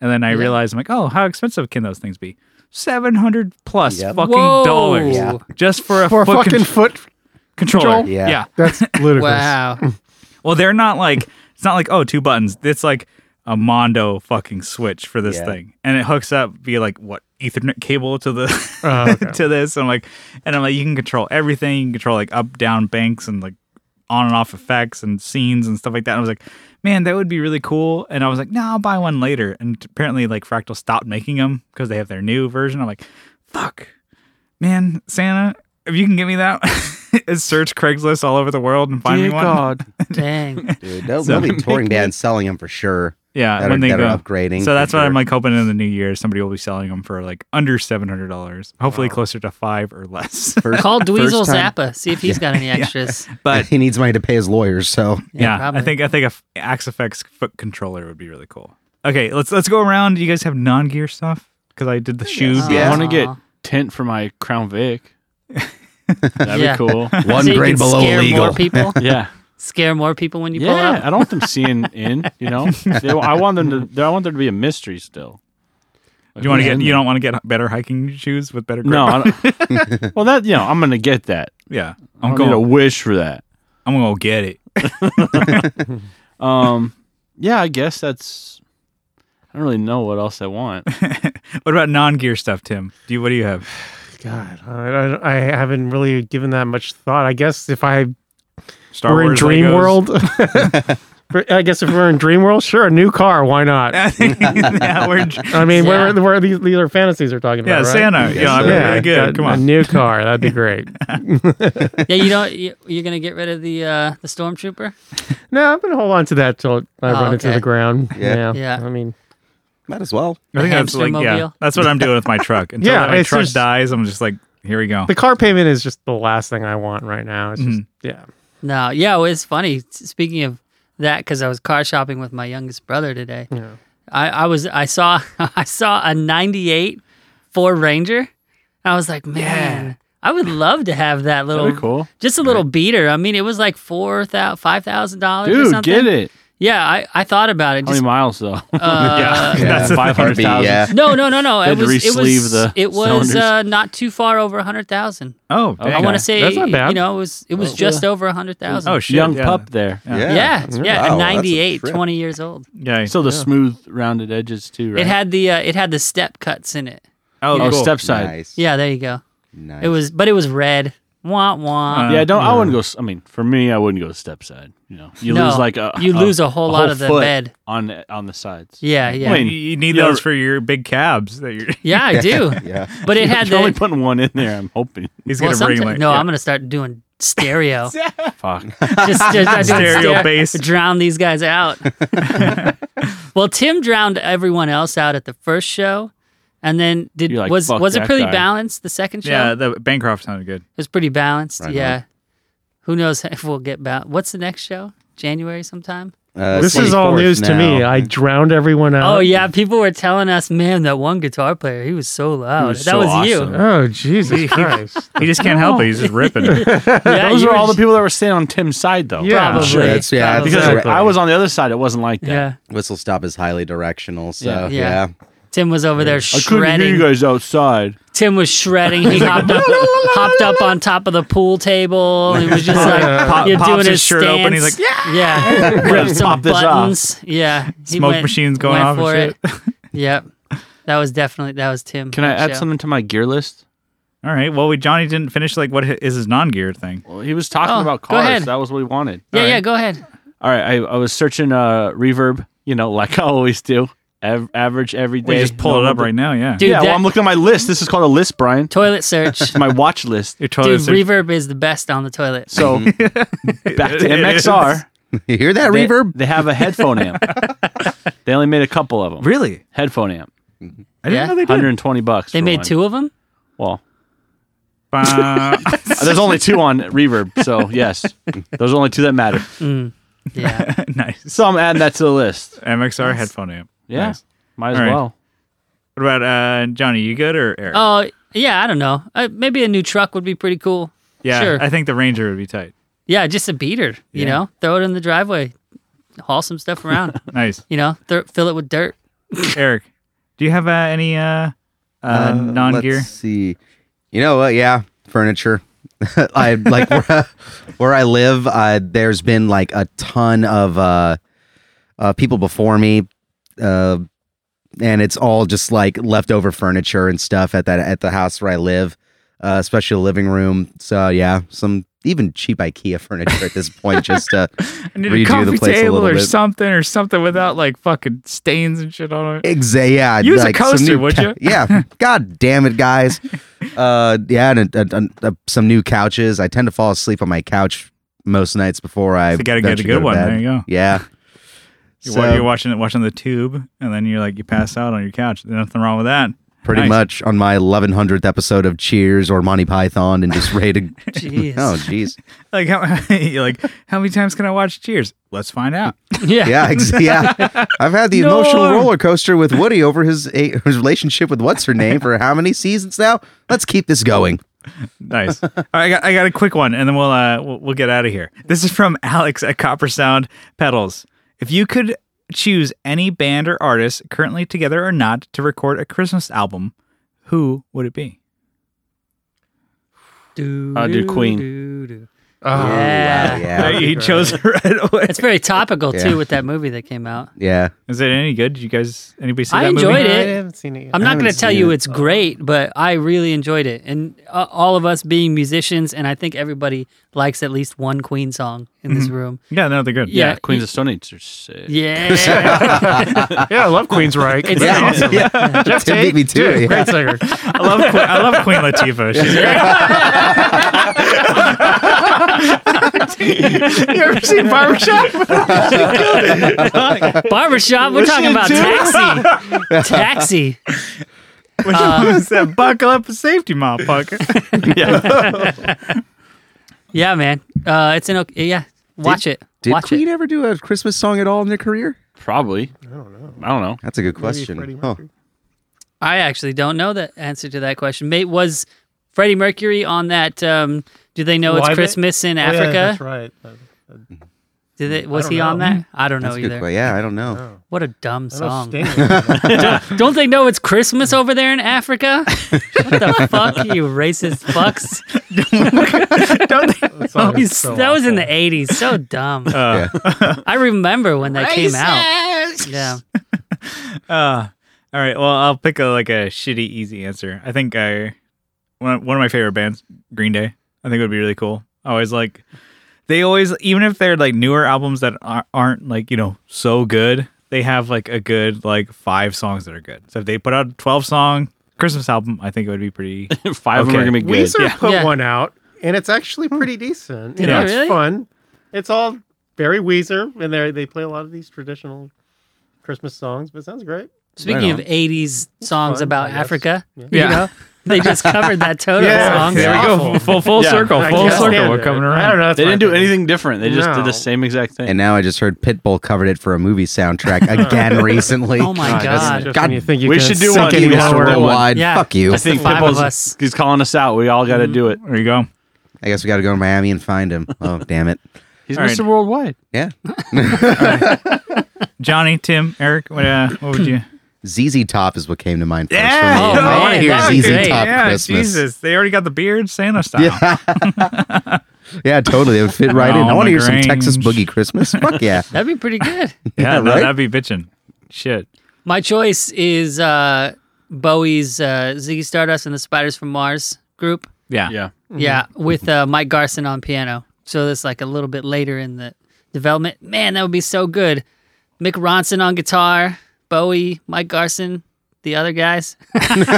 S1: And then I realized, I'm like, oh, how expensive can those things be? 700 plus
S4: Yep.
S1: fucking
S3: Whoa.
S1: dollars
S3: Yeah.
S1: just for a
S5: For a
S1: foot
S5: fucking
S1: con-
S5: foot.
S1: controller.
S5: control?
S1: Yeah.
S4: Yeah.
S5: That's ludicrous.
S3: Wow.
S1: Well, they're not like it's not like oh two buttons. It's like a Mondo fucking switch for this
S4: Yeah.
S1: thing, and it hooks up via like what Ethernet cable to the [LAUGHS]
S5: Oh, okay.
S1: to this. I'm like, and I'm like, you can control everything. You can control like up down banks and like on and off effects and scenes and stuff like that. And I was like, man, that would be really cool. And I was like, no, I'll buy one later. And apparently, like Fractal stopped making them because they have their new version. I'm like, fuck, man, Santa, if you can give me that. [LAUGHS] search Craigslist all over the world and [LAUGHS] find
S2: Dear
S5: [LAUGHS]
S1: me one.
S2: God.
S3: Dang.
S1: [LAUGHS]
S4: Dude, they'll,
S1: So- [LAUGHS]
S4: they'll be touring down selling them for sure.
S1: Yeah,
S4: that
S1: when
S4: are,
S1: they
S4: that
S1: go
S4: are upgrading.
S1: So
S4: for
S1: that's what I'm
S4: sure.
S1: like hoping in the new year somebody will be selling them for like under seven hundred dollars, hopefully closer to five or less. [LAUGHS]
S4: First-
S3: Call
S4: first
S3: Dweezil
S4: time-
S3: Zappa. See if he's got any extras.
S1: but
S4: [LAUGHS] he needs money to pay his lawyers. So
S1: yeah, I
S3: probably.
S1: think I think a f- Axe FX foot controller would be really cool. Okay, let's let's go around. You guys have non gear stuff because I did the shoe.
S3: Yeah.
S2: I
S1: bit.
S2: want to get
S3: Aw.
S2: tint for my Crown Vic.
S3: [LAUGHS]
S2: That'd
S3: Yeah.
S2: be cool.
S4: [LAUGHS] one
S3: So you
S4: grade
S3: can
S4: below
S3: scare
S4: legal.
S1: [LAUGHS]
S3: More people.
S2: Yeah,
S3: scare more people when [LAUGHS] you pull
S2: yeah.
S3: up.
S2: I don't want them seeing in. You know, They- I want them to. they- I want there to be a mystery still. Like,
S1: You want to
S2: who's
S1: get
S2: in
S1: you
S2: there?
S1: don't want to get better hiking shoes with better grip.
S2: No. I
S1: [LAUGHS]
S2: don't- well, that you know, I'm gonna get that.
S1: yeah,
S2: I'm
S1: I'm
S2: going to
S1: going.
S2: wish for that.
S1: I'm going to get it.
S2: Um, yeah, I guess that's. I don't really know what else I want.
S1: What about non gear stuff, Tim? Do you what do you have?
S5: God, I, don't- I haven't really given that much thought. I guess if I
S1: Star
S5: we're in
S1: Wars
S5: Dream
S1: Legos?
S5: World, [LAUGHS] I guess if we're in Dream World, sure, a new car. Why not?
S1: I think- [LAUGHS] yeah, we're
S5: [LAUGHS]
S1: in,
S5: I mean,
S3: Yeah.
S5: where, where are these, these are fantasies are talking
S1: yeah,
S5: about, right?
S1: Santa.
S4: Yes,
S1: Yeah, I'm
S4: sir.
S5: Yeah,
S1: really
S5: got
S1: good. Come
S5: a
S1: on.
S5: new car. That'd
S3: [LAUGHS]
S5: be great.
S3: Yeah, you don't. You, you're gonna get rid of the uh, the stormtrooper.
S5: no, I'm gonna hold on to that till I
S3: Oh,
S5: run it to
S3: okay.
S5: the ground.
S4: Yeah.
S5: Yeah,
S3: Yeah.
S5: I mean,
S4: Might as well.
S1: I think that's
S3: hamster
S1: like yeah,
S3: mobile.
S1: that's what I'm doing with my
S3: [LAUGHS]
S1: truck. Until
S5: Yeah,
S1: my
S5: it's
S1: truck
S5: just-
S1: dies, I'm just like, here we go. [LAUGHS]
S5: the car payment is just the last thing I want right now.
S3: Mm-hmm.
S5: It's just yeah.
S3: No, yeah, it was funny. S- Speaking of that, because I was car shopping with my youngest brother today.
S5: Yeah.
S3: I, I was I saw [LAUGHS] I saw a '98 Ford Ranger. I was like, man, I would love to have that little
S2: That'd be cool.
S3: Just a little beater. I mean, it was like four thousand, five thousand dollars. or
S2: Dude,
S3: something.
S2: get it.
S3: Yeah, I, I thought about it.
S2: How many
S3: Just,
S2: miles though?
S3: uh,
S1: That's the thing.
S2: five hundred thousand.
S4: Yeah.
S3: [LAUGHS] no, no, no, no.
S2: They had
S3: It
S2: to
S3: was it
S2: re-sleeve
S3: was
S2: the
S3: it was
S2: cylinders.
S3: uh, not too far over a hundred thousand.
S1: Oh, dang.
S3: I want to
S2: Okay.
S3: say
S5: That's not bad.
S3: you know it was it
S2: Oh,
S3: was just over a hundred thousand.
S1: oh shit,
S2: Young
S1: yeah.
S2: pup there.
S3: yeah, yeah,
S4: Wow, that's a
S3: 98,
S4: trip.
S3: 20 years old.
S1: Yeah.
S2: So the smooth rounded edges too, right?
S3: It had the uh, it had the step cuts in it.
S1: oh,
S2: oh
S1: cool.
S2: step side.
S4: Nice.
S3: Yeah, there you go.
S4: Nice.
S3: It was, but it was red. Wah wah.
S1: Uh,
S2: Yeah, I don't. I wouldn't go. s- I mean, for me, I wouldn't go step side. You know, you
S3: No,
S2: lose like a
S3: you lose a whole lot of the
S2: foot
S3: bed.
S2: on on the sides.
S3: yeah, yeah,
S1: You-
S2: Wait.
S1: You need
S2: Yeah.
S1: those for your big cabs that you're. [LAUGHS]
S3: yeah. I do.
S4: [LAUGHS] Yeah.
S3: But it
S2: [LAUGHS]
S3: had
S2: You're only
S3: the.
S2: putting one in there. I'm hoping. [LAUGHS]
S1: He's
S3: Well,
S1: gonna bring
S3: someti-
S1: like
S3: no,
S1: yeah.
S3: I'm gonna start doing stereo. just,
S2: Fuck.
S3: just, I do
S1: Stereo bass.
S3: Drown these guys out. well, Tim drowned everyone else out at the first show, and then did
S2: You're like,
S3: was
S2: "Fuck
S3: was it
S2: that
S3: pretty
S2: guy."
S3: balanced the second show?
S1: yeah, the Bancroft sounded good.
S3: It was pretty balanced.
S4: Right on.
S3: yeah. Who knows [LAUGHS] if we'll get back? What's the next show? January sometime?
S4: Uh,
S5: this is all
S4: 24th
S5: news to me.
S4: now.
S5: I drowned everyone out.
S3: oh, yeah. People were telling us, man, that one guitar player, he was so loud.
S2: was
S3: that
S2: so
S3: was
S2: awesome.
S3: you.
S5: Oh Jesus [LAUGHS] Christ!
S1: He just can't help it. He's just ripping.
S3: [LAUGHS]
S1: it.
S3: [LAUGHS] Yeah,
S2: Those
S3: you
S2: are
S3: were
S2: all the
S3: just-
S2: people that were staying on Tim's side, though.
S5: Yeah.
S3: Probably.
S4: Sure, that's- yeah,
S3: probably.
S2: Because
S4: Exactly.
S2: I was on the other side, it wasn't like that.
S3: yeah.
S4: Whistle stop is highly directional. So
S2: Yeah.
S4: yeah. [LAUGHS]
S3: Yeah. Tim was over there
S2: I couldn't hear you
S3: shredding.
S2: guys outside.
S3: Tim was
S2: [LAUGHS]
S3: shredding. He hopped up, hopped up on top of the pool table. He was just like,
S1: Pop-
S3: you're
S1: pops
S3: doing
S1: his
S3: his,
S1: shirt
S3: stance.
S1: open, he's like, [LAUGHS]
S3: yeah. yeah. Gripped some
S2: Pop this off.
S3: buttons. Yeah. He
S1: Smoke machines going
S3: went
S1: off and
S3: for
S1: shit.
S3: it. [LAUGHS] yep. That was definitely, that was Tim.
S2: Can I
S3: that
S2: add
S3: show.
S2: something to my gear list?
S1: All right. Well, we Johnny didn't finish like what hi- is his non-gear thing.
S2: Well, he was talking
S3: Oh,
S2: about
S3: go ahead.
S2: cars. That was what he wanted.
S3: Yeah,
S2: All right.
S3: yeah, go ahead.
S2: All right, I, I was searching uh, reverb, you know, like [LAUGHS] I always do. Av- average every day.
S1: We just pull it up
S2: Normal-
S1: right now. Yeah.
S3: Dude,
S2: yeah, well,
S3: that-
S2: I'm looking at my list. This is called a list, Brian. [LAUGHS]
S3: Toilet search.
S2: My watch list.
S1: Your toilet
S3: Dude,
S1: search-
S3: reverb is the best on the toilet.
S2: So back to
S1: It is.
S2: MXR.
S4: You hear that
S2: Mm-hmm. [LAUGHS] They,
S4: reverb?
S2: They have a headphone amp. they only made a couple of them.
S1: really?
S2: Headphone amp.
S1: I didn't
S3: Yeah.
S1: know they did.
S2: 120 bucks.
S3: They
S2: for
S3: made
S2: one.
S3: two
S2: [LAUGHS]
S3: of them?
S2: Well,
S1: [LAUGHS] Bah.
S2: there's only two on reverb. So yes, those are only two that matter.
S3: Yeah.
S1: nice.
S2: So I'm adding that to the list.
S1: MXR headphone amp.
S2: Yeah,
S1: Nice.
S2: might as
S1: All right.
S2: well.
S1: What about uh, Johnny? You good or Eric?
S3: Oh, yeah, I don't know. Uh, maybe a new truck would be pretty cool.
S1: yeah.
S3: sure.
S1: I think the Ranger would be tight.
S3: Yeah, just a beater, you know? Throw it in the driveway, haul some stuff around,
S1: Nice. [LAUGHS]
S3: you know? Th- fill it with dirt.
S1: Eric, do you have uh, any uh, uh,
S4: Uh,
S1: non-gear?
S4: Let's see. You know what? Yeah, furniture. [LAUGHS] I like where, [LAUGHS] where I live. Uh, there's been like a ton of uh, uh, people before me, uh, and it's all just like leftover furniture and stuff at that at the house where I live, uh, especially the living room. So yeah, some even cheap IKEA furniture at this point. just uh,
S1: [LAUGHS] I need
S4: redo
S1: a
S4: the
S1: coffee
S4: place a
S1: table
S4: little
S1: or
S4: bit.
S1: something or something without like fucking stains and shit on it.
S4: Exa- yeah.
S1: Use a
S4: like some
S1: coaster,
S4: new
S1: would ya?
S4: cou-
S1: [LAUGHS]
S4: yeah. God damn it, guys. Uh, yeah, and a, a, a, some new couches. I tend to fall asleep on my couch most nights before I.
S1: So you gotta get a
S4: eventually
S1: good
S4: to
S1: one.
S4: bed.
S1: There you go.
S4: Yeah.
S1: [LAUGHS] You're,
S4: So-
S1: wa- you're watching it, watching the tube, and then you're like, you pass out on your couch. There's nothing wrong with that.
S4: Pretty
S1: Nice.
S4: much on my 1100th episode of Cheers or Monty Python and
S1: [LAUGHS]
S4: just rated.
S3: Jeez.
S4: Oh, jeez.
S1: Like, how, [LAUGHS] you're like, how many times can I watch Cheers? Let's find out.
S3: Yeah.
S4: Yeah,
S1: [LAUGHS]
S4: ex- yeah. I've had the
S1: No.
S4: emotional roller coaster with Woody over his a, his relationship with what's her name for how many seasons now? Let's keep
S1: [LAUGHS]
S4: this going.
S1: Nice. All right, I got, I got a quick one, and then we'll uh we'll, we'll get out of here. This is from [LAUGHS] Alex at Copper Sound Pedals. If you could choose any band or artist currently together or not to record a Christmas album, who would it be?
S3: Do,
S2: I'll do Queen.
S3: do, do.
S5: Oh,
S3: Yeah.
S4: Yeah.
S1: he chose it right away.
S3: It's very topical
S4: Yeah.
S3: too with that movie that came out.
S4: Yeah.
S1: Is it any good? Did you guys anybody see
S3: I
S1: that
S3: enjoyed
S1: movie?
S3: it.
S5: I haven't seen it yet.
S3: I'm
S4: I
S3: not
S4: haven't
S3: going to tell
S4: seen
S3: you
S4: it.
S3: it's great, but I really enjoyed it. And uh, all of us being musicians, and I think everybody likes at least one Queen song in this room.
S1: Yeah, no, they're good.
S3: Yeah.
S2: Queens of Stone Age are sick.
S3: Yeah.
S5: yeah, I love Queensryche.
S3: It's-
S5: yeah,
S3: Yeah.
S5: awesome. Jeff
S4: Tim beat
S5: Tate,
S4: me to
S5: dude,
S4: it, yeah.
S3: [LAUGHS]
S5: great singer.
S1: I love Queen, I love Queen Latifah. She's great. you ever seen Barbershop?
S3: Barbershop. We're talking about taxi. taxi.
S1: Which
S3: Uh-huh.
S1: was that buckle up a safety mop pocket.
S3: Yeah, man. Uh, it's an okay. Yeah. Watch it.
S4: Did
S3: Watch
S4: Queen
S3: it.
S4: ever do a Christmas song at all in their career?
S2: Probably. I don't know. I don't know.
S4: That's a good
S5: Freddie
S4: question. Huh.
S5: Mercury.
S3: I actually don't know the answer to that question. Mate, was Freddie Mercury on that? Um, do they know
S5: Live
S3: it's
S5: It?
S3: Christmas in
S5: Oh, yeah,
S3: Africa?
S5: that's right.
S3: Did they, was
S5: don't
S3: he on
S5: know.
S3: that? I don't
S4: That's a
S3: know
S4: good
S3: either.
S4: que- Yeah, I don't know.
S3: What a dumb
S5: I know
S3: song.
S5: Sting was on
S3: [LAUGHS]
S5: it.
S3: Don't they know it's Christmas over there in
S4: [LAUGHS]
S3: Africa? what the fuck, you racist
S5: [LAUGHS]
S3: fucks?
S5: That
S3: Oh,
S5: song
S3: He's-
S5: is so
S3: that was in the
S5: awful.
S3: 80s. So dumb.
S1: Uh,
S3: I remember when that came out. Yeah.
S1: Uh, all right. Well, I'll pick a like a shitty easy answer. I think I one one of my favorite bands, Green Day. I think it would be really cool. I always like they always even if they're like newer albums that ar- aren't like you know so good, they have like a good like five songs that are good. So if they put out a twelve song Christmas album, I think it would be pretty.
S2: [LAUGHS] Five of them are
S1: Okay.
S2: gonna be good.
S5: Weezer
S2: Yeah.
S5: put
S3: Yeah.
S5: one out, and it's actually pretty decent. You
S3: Did
S5: know,
S3: they
S5: it's
S3: really?
S5: fun. It's all very Weezer, and they they play a lot of these traditional Christmas songs. But it sounds great.
S3: Speaking of
S4: Right
S3: 80s songs
S5: fun, I
S3: about
S5: guess.
S3: Africa,
S5: Yeah.
S3: you know, they
S5: [LAUGHS]
S3: just covered that total
S5: Yeah.
S3: song.
S5: There we go. Awful.
S1: Full full
S2: Yeah.
S1: circle.
S5: I
S1: Full
S5: can't stand
S1: circle. We're
S5: it.
S1: coming
S5: I don't
S1: around.
S5: know. that's
S2: They
S5: my
S2: didn't do
S5: opinion.
S2: anything different. They just did
S5: No.
S2: the same exact thing.
S4: And now I just heard Pitbull covered it for a movie soundtrack again recently.
S3: Oh my
S5: That's
S3: God.
S5: just when you think you
S2: We
S5: can
S2: should do
S5: suck
S2: one.
S5: it
S4: Fucking
S2: We
S5: down
S2: should
S4: Mr.
S5: where-
S2: do one.
S4: Worldwide.
S3: Yeah.
S4: Fuck you.
S2: I think
S3: the five
S2: Pitbull's
S3: of us.
S2: he's calling us out. We all got to do it.
S1: There you go.
S4: I guess we got to go to Miami and find him. Oh, damn it.
S2: He's
S1: All right.
S2: Mr. Worldwide.
S4: Yeah.
S1: Johnny, Tim, Eric. What uh, what would you?
S4: ZZ Top is what came to mind first.
S1: Yeah.
S4: for me.
S3: Oh,
S4: I want to
S3: man,
S4: hear
S3: that would be
S4: ZZ
S3: great.
S4: Top
S1: yeah,
S4: Christmas.
S1: Jesus, they already got the beard Santa style.
S4: Yeah. yeah, totally. It would fit right in. I
S1: Oh,
S4: want to hear some
S1: LaGrange.
S4: Texas Boogie Christmas. Fuck yeah.
S3: That'd be pretty
S5: [LAUGHS]
S3: good.
S1: Yeah,
S4: [LAUGHS] Yeah,
S1: that,
S4: right?
S1: that'd be bitching. Shit.
S3: My choice is uh, Bowie's uh, Ziggy Stardust and the Spiders from Mars group.
S1: Yeah.
S2: Yeah.
S5: Mm-hmm.
S3: Yeah, with uh, Mike Garson on piano. So that's like a little bit later in the development. Man, that would be so good. Mick Ronson on guitar, Bowie, Mike Garson, the other guys, [LAUGHS] the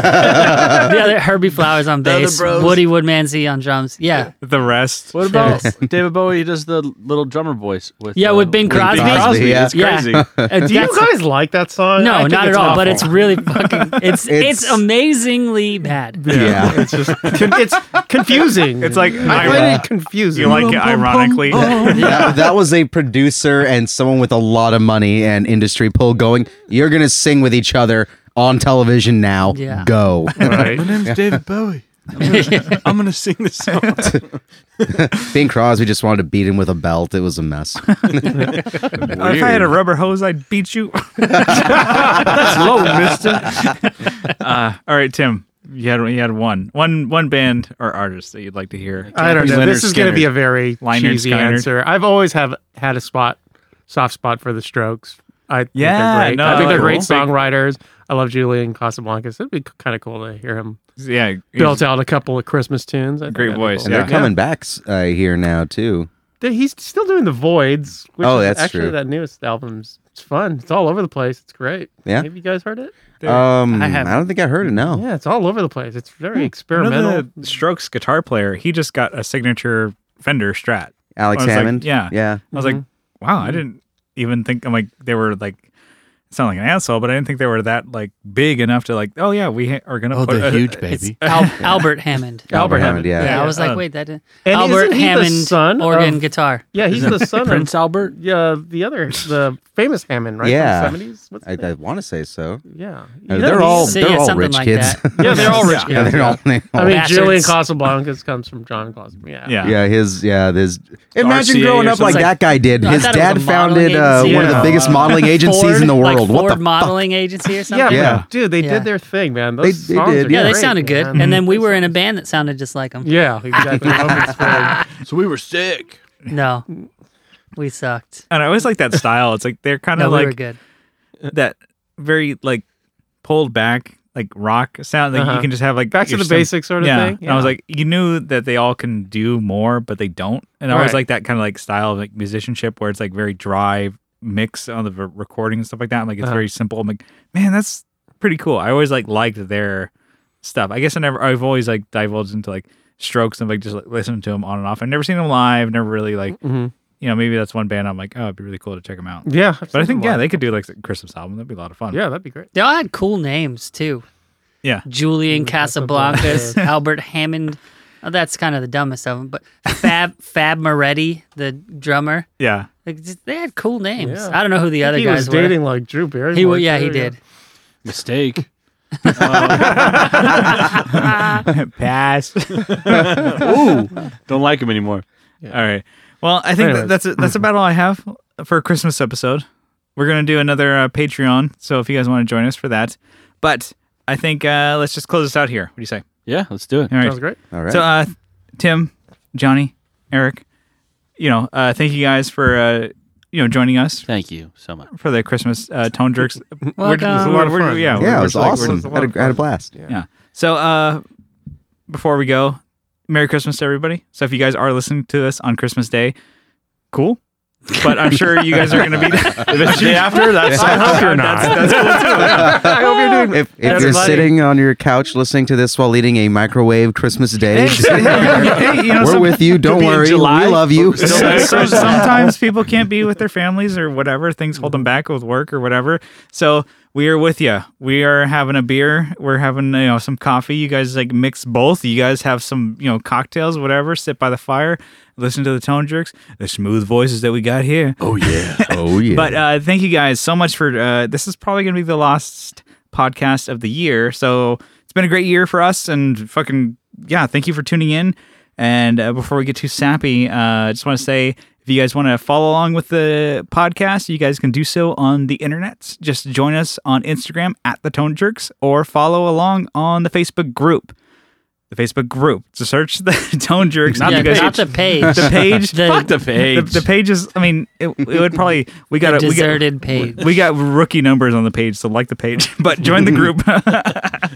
S3: other Herbie Flowers on
S2: other
S3: bass,
S2: bros.
S3: Woody Woodmansey on drums. Yeah,
S1: The rest.
S2: What
S4: [LAUGHS]
S2: about David Bowie? He does the little drummer voice with
S3: Yeah, with Bing Crosby.
S4: Crosby, yeah.
S2: It's
S3: Yeah. [LAUGHS]
S4: [LAUGHS]
S2: crazy.
S3: Uh,
S5: Do you
S3: that's-
S5: guys like that song? I
S3: no,
S5: think
S3: not at
S5: it's
S3: all. But
S5: awful.
S3: it's
S5: [LAUGHS]
S3: really fucking. It's it's,
S4: It's-
S3: amazingly bad.
S4: Yeah.
S5: It's just con- it's confusing.
S1: It's like
S5: I
S1: iron-
S5: find it confusing.
S1: You like it ironically?
S4: That, that was a producer and someone with a lot of money and industry pull going, you're going to sing with each other on television now.
S3: Yeah.
S4: Go.
S5: Right.
S2: name's David Bowie. I'm gonna, I'm gonna sing this song.
S4: Bing Crosby just wanted to beat him with a belt. It was a mess.
S1: [LAUGHS] If I had a rubber hose, I'd beat you. [LAUGHS]
S2: Hello, Mister.
S1: [LAUGHS] Uh, all right, Tim. You had you had one one one band or artist that you'd like to hear.
S5: I don't know.
S1: Leonard
S5: this is going to be a
S1: Skinner.
S5: very
S1: Leonard
S5: cheesy
S1: Skinner.
S5: answer. I've always have had a spot, soft spot for the Strokes. I think
S1: Yeah,
S5: they're great.
S1: no,
S5: I think they're
S1: cool.
S5: great
S1: Big-
S5: songwriters. I love Julian Casablancas. It'd be kind of cool to hear him
S1: yeah.
S5: belt out a couple of Christmas tunes. I think
S1: Great
S5: that'd be
S1: voice,
S5: cool.
S4: And they're
S1: Yeah.
S4: coming back uh, here now, too.
S5: They- He's still doing the Voids. Which
S4: Oh,
S5: is
S4: that's
S5: actually
S4: true.
S5: That newest album's it's fun. It's all over the place. It's great.
S4: Yeah. Oh.
S5: Have you guys heard it?
S4: Um,
S1: I
S4: I,
S1: haven't.
S4: don't think I heard it, no.
S5: Yeah, it's all over the place. It's very
S1: You
S5: experimental.
S1: know the Strokes guitar player. He just got a signature Fender Strat.
S4: Alex
S1: I was like,
S4: Hammond?
S1: yeah.
S4: Yeah.
S5: Mm-hmm.
S1: I was like, wow, I didn't. even think I'm like they were like sound like an asshole, but I didn't think they were that like big enough to like. Oh yeah, we ha- are gonna.
S2: Oh,
S1: put
S2: the
S1: a-
S2: huge
S1: it's-
S4: [LAUGHS]
S2: baby.
S3: Al- Albert Hammond.
S4: Albert Hammond, yeah.
S3: Yeah, I was like,
S1: uh,
S3: wait, that didn't.
S5: And
S3: Albert
S5: isn't he the
S3: Hammond,
S5: son
S3: organ
S5: of-
S3: guitar.
S5: Yeah,
S1: [LAUGHS]
S5: he's the son
S2: Prince Albert.
S5: of yeah, the other, the famous Hammond, right?
S4: Yeah.
S5: From the 70s? What's
S4: I,
S5: his
S4: I
S5: name?
S4: want to say so.
S5: yeah.
S4: Uh,
S5: You know,
S4: they're [LAUGHS]
S5: he's-
S4: all
S3: So,
S4: they're
S3: yeah,
S4: all
S3: something
S4: rich
S3: like
S4: kids. [LAUGHS]
S3: that.
S5: Yeah, they're all rich
S1: Yeah.
S5: kids.
S4: yeah, they're all. They all
S5: I mean,
S3: Bastards.
S5: Julian Casablancas comes from John Casablanca.
S1: Yeah.
S4: yeah, his yeah, his. Imagine
S1: RCA
S4: growing
S1: or
S4: up like
S1: something.
S4: that guy did.
S3: I
S4: His
S3: thought it
S4: dad
S3: was a modeling
S4: founded uh,
S3: agency.
S4: one of the
S5: Yeah.
S4: biggest modeling agencies
S3: [LAUGHS] Ford,
S4: in the
S3: like
S4: world.
S3: Ford
S4: what the
S3: modeling agency or
S5: Yeah,
S3: something.
S4: Yeah.
S5: but dude, they
S3: Yeah.
S5: did their thing, man.
S4: They-
S5: Those
S4: they
S5: songs
S4: did,
S5: are
S3: Yeah, they
S5: great,
S3: sounded good.
S5: man.
S3: And then we were in a band that sounded just like them.
S5: yeah,
S3: [LAUGHS]
S5: exactly. Humming's Ford.
S2: So we were sick.
S3: No, we sucked.
S1: And I always like that style. It's like they're
S3: [LAUGHS]
S1: kind
S3: No,
S1: of
S3: we were
S1: like
S3: good.
S1: that very like pulled back like rock sound. Like you
S5: Uh-huh.
S1: can just have like
S5: Back to
S1: your
S5: the
S1: sim-
S5: basic sort of
S1: yeah.
S5: thing.
S1: And I was like, you knew that they all can do more, but they don't. And I always
S5: Right.
S1: like that kind of like style of like musicianship where it's like very dry mix on the v- recording and stuff like that. And like it's
S5: Uh-huh.
S1: very simple. I'm like, man, that's pretty cool. I always like liked their stuff. I guess I never, I've always like divulged into like strokes and like just like listened to them on and off. I've never seen them live, never really like,
S5: Mhm.
S1: you know, maybe that's one band I'm like, oh, it'd be really cool to check them out.
S5: yeah.
S1: But I think, yeah, they could do like a Christmas album. That'd be a lot of fun.
S5: yeah, that'd be great.
S3: They all had cool names too.
S1: Yeah.
S3: Julian Casablancas, Albert Hammond. Oh, that's kind of the dumbest of them, but Fab Fab Moretti, the drummer.
S1: Yeah.
S3: Like, just- they had cool names.
S5: Yeah.
S3: I don't know who the
S5: I
S3: other
S5: think he
S3: guys
S5: was
S3: were.
S5: dating like Drew Barrymore.
S3: he wa- yeah,
S5: too,
S3: he did.
S2: Mistake.
S1: [LAUGHS] Pass. All
S2: Ooh, [LAUGHS] don't like him anymore.
S1: right. Well, I think that,
S5: Anyways.
S1: that's that's about all I have for a Christmas episode. We're gonna do another uh, Patreon, so if you guys want to join us for that, but I think uh, let's just close this out here. What do you say?
S2: Yeah, let's do it.
S1: All right.
S5: Sounds great.
S4: All right.
S1: So, uh, Tim, Johnny, Eric, you know, uh, thank you guys for uh, you know joining us
S2: Thank you so much.
S1: for the Christmas uh, Tone Jerks. We're-
S3: Welcome. It was
S5: a lot of
S1: we're-
S5: fun.
S1: Yeah,
S4: yeah,
S1: we're
S4: it was
S1: just, like, we're
S4: awesome.
S5: just-
S4: I had, a, I had a blast.
S1: Yeah. [LAUGHS] So uh before we go, Merry Christmas to everybody. So if you guys are listening to this on Christmas Day, cool. But I'm sure you guys are going to
S2: [LAUGHS]
S1: be [LAUGHS]
S2: day after, that's
S5: I hope you're not.
S2: [LAUGHS]
S5: I hope you're doing.
S4: If, if
S5: That's
S4: you're
S5: funny.
S4: sitting on your couch listening to this while eating a microwave Christmas day,
S1: Hey, you know,
S4: we're
S1: some-
S4: with you. Don't
S2: be in
S4: worry.
S2: July,
S4: we love you.
S1: so, so sometimes people can't be with their families or whatever things hold them back with work or whatever. So we are with you. We are having a beer. We're having you know some coffee. You guys like mix both. You guys have some you know cocktails, whatever. Sit by the fire, listen to the tone jerks, the smooth voices that we got here.
S2: Oh yeah.
S4: [LAUGHS] oh yeah.
S1: But uh, thank you guys so much for uh, this is probably going to be the last podcast of the year. So it's been a great year for us, and fucking yeah, thank you for tuning in. And uh, before we get too sappy, uh, I just want to say if you guys want to follow along with the podcast, you guys can do so on the internet. Just join us on Instagram at the Tone Jerks or follow along on the Facebook group. The Facebook group. So search the [LAUGHS] Tone Jerks.
S3: Not,
S1: you
S3: yeah,
S1: guys
S3: not the page.
S1: [LAUGHS] the page.
S3: [LAUGHS] The-
S2: Fuck the
S1: The,
S2: page.
S1: the page is. I mean, it, it would probably. We got
S3: the
S1: to. We got,
S3: deserted page.
S1: we got rookie numbers on the page, so like the page, [LAUGHS] but join the group.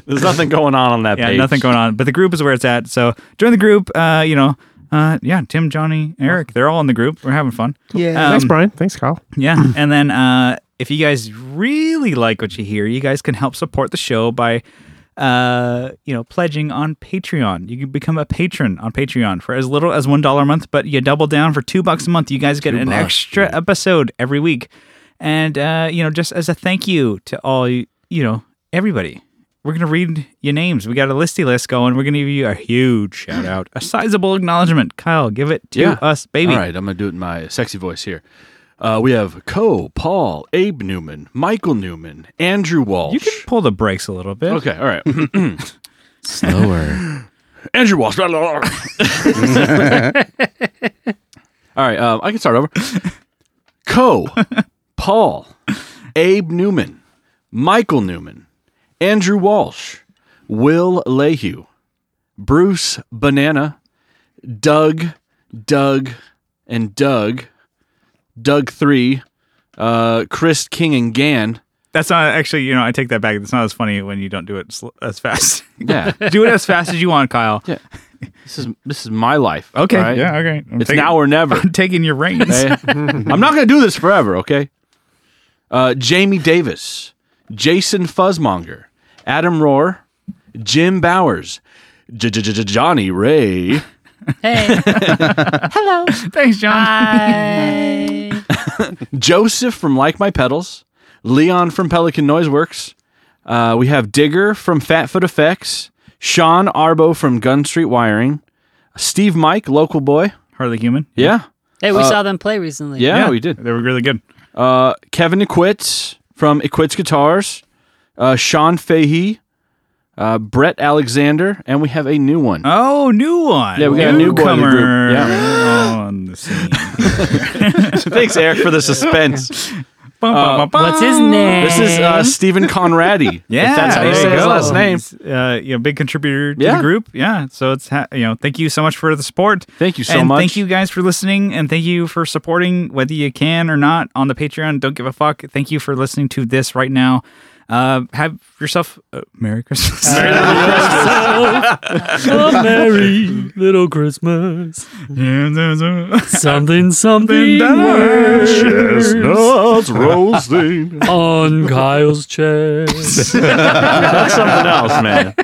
S2: There's nothing going on on
S1: [LAUGHS]
S2: that
S1: yeah,
S2: page.
S1: nothing going on, but the group is where it's at. So join the group. Uh, you know, uh, yeah, Tim, Johnny, Eric, they're all in the group. We're having fun.
S4: yeah.
S5: Thanks,
S1: Um,
S5: Brian. Thanks, Kyle.
S1: Yeah,
S2: Mm.
S1: and then uh, if you guys really like what you hear, you guys can help support the show by, uh, you know, pledging on Patreon. You can become a patron on Patreon for as little as one dollar a month, but you double down for two bucks a month. You guys get an
S4: bucks,
S1: extra episode every week, and uh, you know, just as a thank you to all you know everybody. We're gonna read your names. We got a listy list going. We're gonna give you a huge shout out, a sizable acknowledgement. Kyle, give it to
S2: Yeah.
S1: us, baby.
S2: All right, I'm gonna do it in my sexy voice here. Uh, we have Co, Paul, Abe Newman, Michael Newman, Andrew Walsh.
S1: You can pull the brakes a little bit.
S2: Okay, all right.
S4: Slower.
S2: Andrew Walsh. Blah, blah, blah. [LAUGHS] all right, um, I can start over. Co, Paul, Abe Newman, Michael Newman, Andrew Walsh, Will Lehue, Bruce Banana, Doug, Doug, and Doug, Doug three, uh, Chris King and Gan.
S1: That's not actually, you know, I take that back. It's not as funny when you don't do it sl- as fast. [LAUGHS]
S2: Yeah,
S1: do it as fast as you want, Kyle.
S2: yeah. This is this is my life.
S1: Okay.
S2: all right?
S1: Yeah, okay. I'm
S2: It's
S1: taking,
S2: now or [LAUGHS] never.
S1: I'm [LAUGHS] taking your reins. [LAUGHS]
S2: Okay? I'm not going to do this forever, okay? Uh, Jamie Davis, Jason Fuzzmonger, Adam Rohr, Jim Bowers, J- J- J- Johnny Ray,
S3: hey,
S1: Thanks, John.
S3: hi.
S2: Joseph from Like My Pedals, Leon from Pelican Noise Works. Uh, we have Digger from Fatfoot Effects, Sean Arbo from Gun Street Wiring, Steve Mike, local boy.
S1: Hardly Human.
S2: Yeah,
S3: Hey, we saw them play recently.
S2: yeah, we did.
S1: They were really good.
S2: Uh, Kevin Equits from Equits Guitars, uh, Sean Fahey, uh, Brett Alexander, and we have a new one.
S1: Oh, new one.
S2: Yeah, we got a new boy in the group.
S1: Newcomer
S2: Yeah.
S1: [LAUGHS] on the scene.
S2: [LAUGHS] Thanks, Eric, [LAUGHS] for the suspense.
S1: Bum,
S2: Uh,
S1: bum, bum, bum.
S3: What's his name?
S2: This is uh, Stephen Conradi.
S1: Yeah,
S2: if that's how you
S1: there
S2: say
S1: you
S2: his
S1: go.
S2: last name.
S1: He's, Uh, you know, big contributor to
S2: Yeah.
S1: the group. Yeah. So it's ha- you know, thank you so much for the support.
S2: Thank you so
S1: and
S2: much.
S1: Thank you guys for listening, and thank you for supporting whether you can or not on the Patreon. Don't give a fuck. Thank you for listening to this right now. Uh, have yourself a Merry Christmas. [LAUGHS]
S3: oh, Merry Little
S1: [LAUGHS]
S3: Christmas. Something, something
S2: [LAUGHS] Chestnuts roasting.
S3: on Kyle's chest.
S2: [LAUGHS] That's something else, man.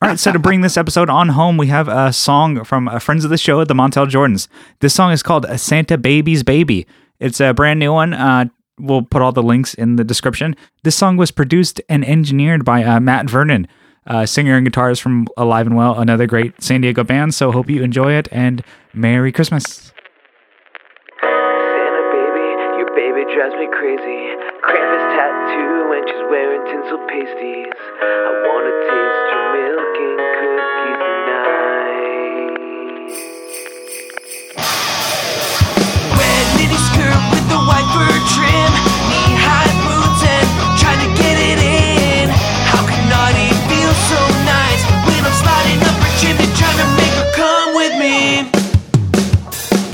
S1: All right, so to bring this episode on home, we have a song from uh, friends of the show at the Montel Jordans. This song is called uh, "Santa Baby's Baby." It's a brand new one. Uh, we'll put all the links in the description. This song was produced and engineered by uh, Matt Vernon, uh, singer and guitarist from Alive and Well, another great San Diego band. So hope you enjoy it and Merry Christmas.
S6: Santa baby, your baby drives me crazy. Krampus tattoo and she's wearing tinsel pasties. I wanna taste your milk and cookies tonight.
S7: Red mini skirt with the white fur trim, knee high boots and trying to get it in. How can naughty feel so nice when I'm sliding up her chimney trying to make her come with me?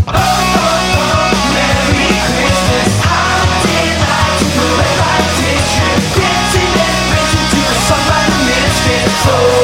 S7: Oh, oh, oh, Merry Christmas! Holiday lights, moonlight picture, dancing and dancing to the song by the Misfits. Oh. Oh,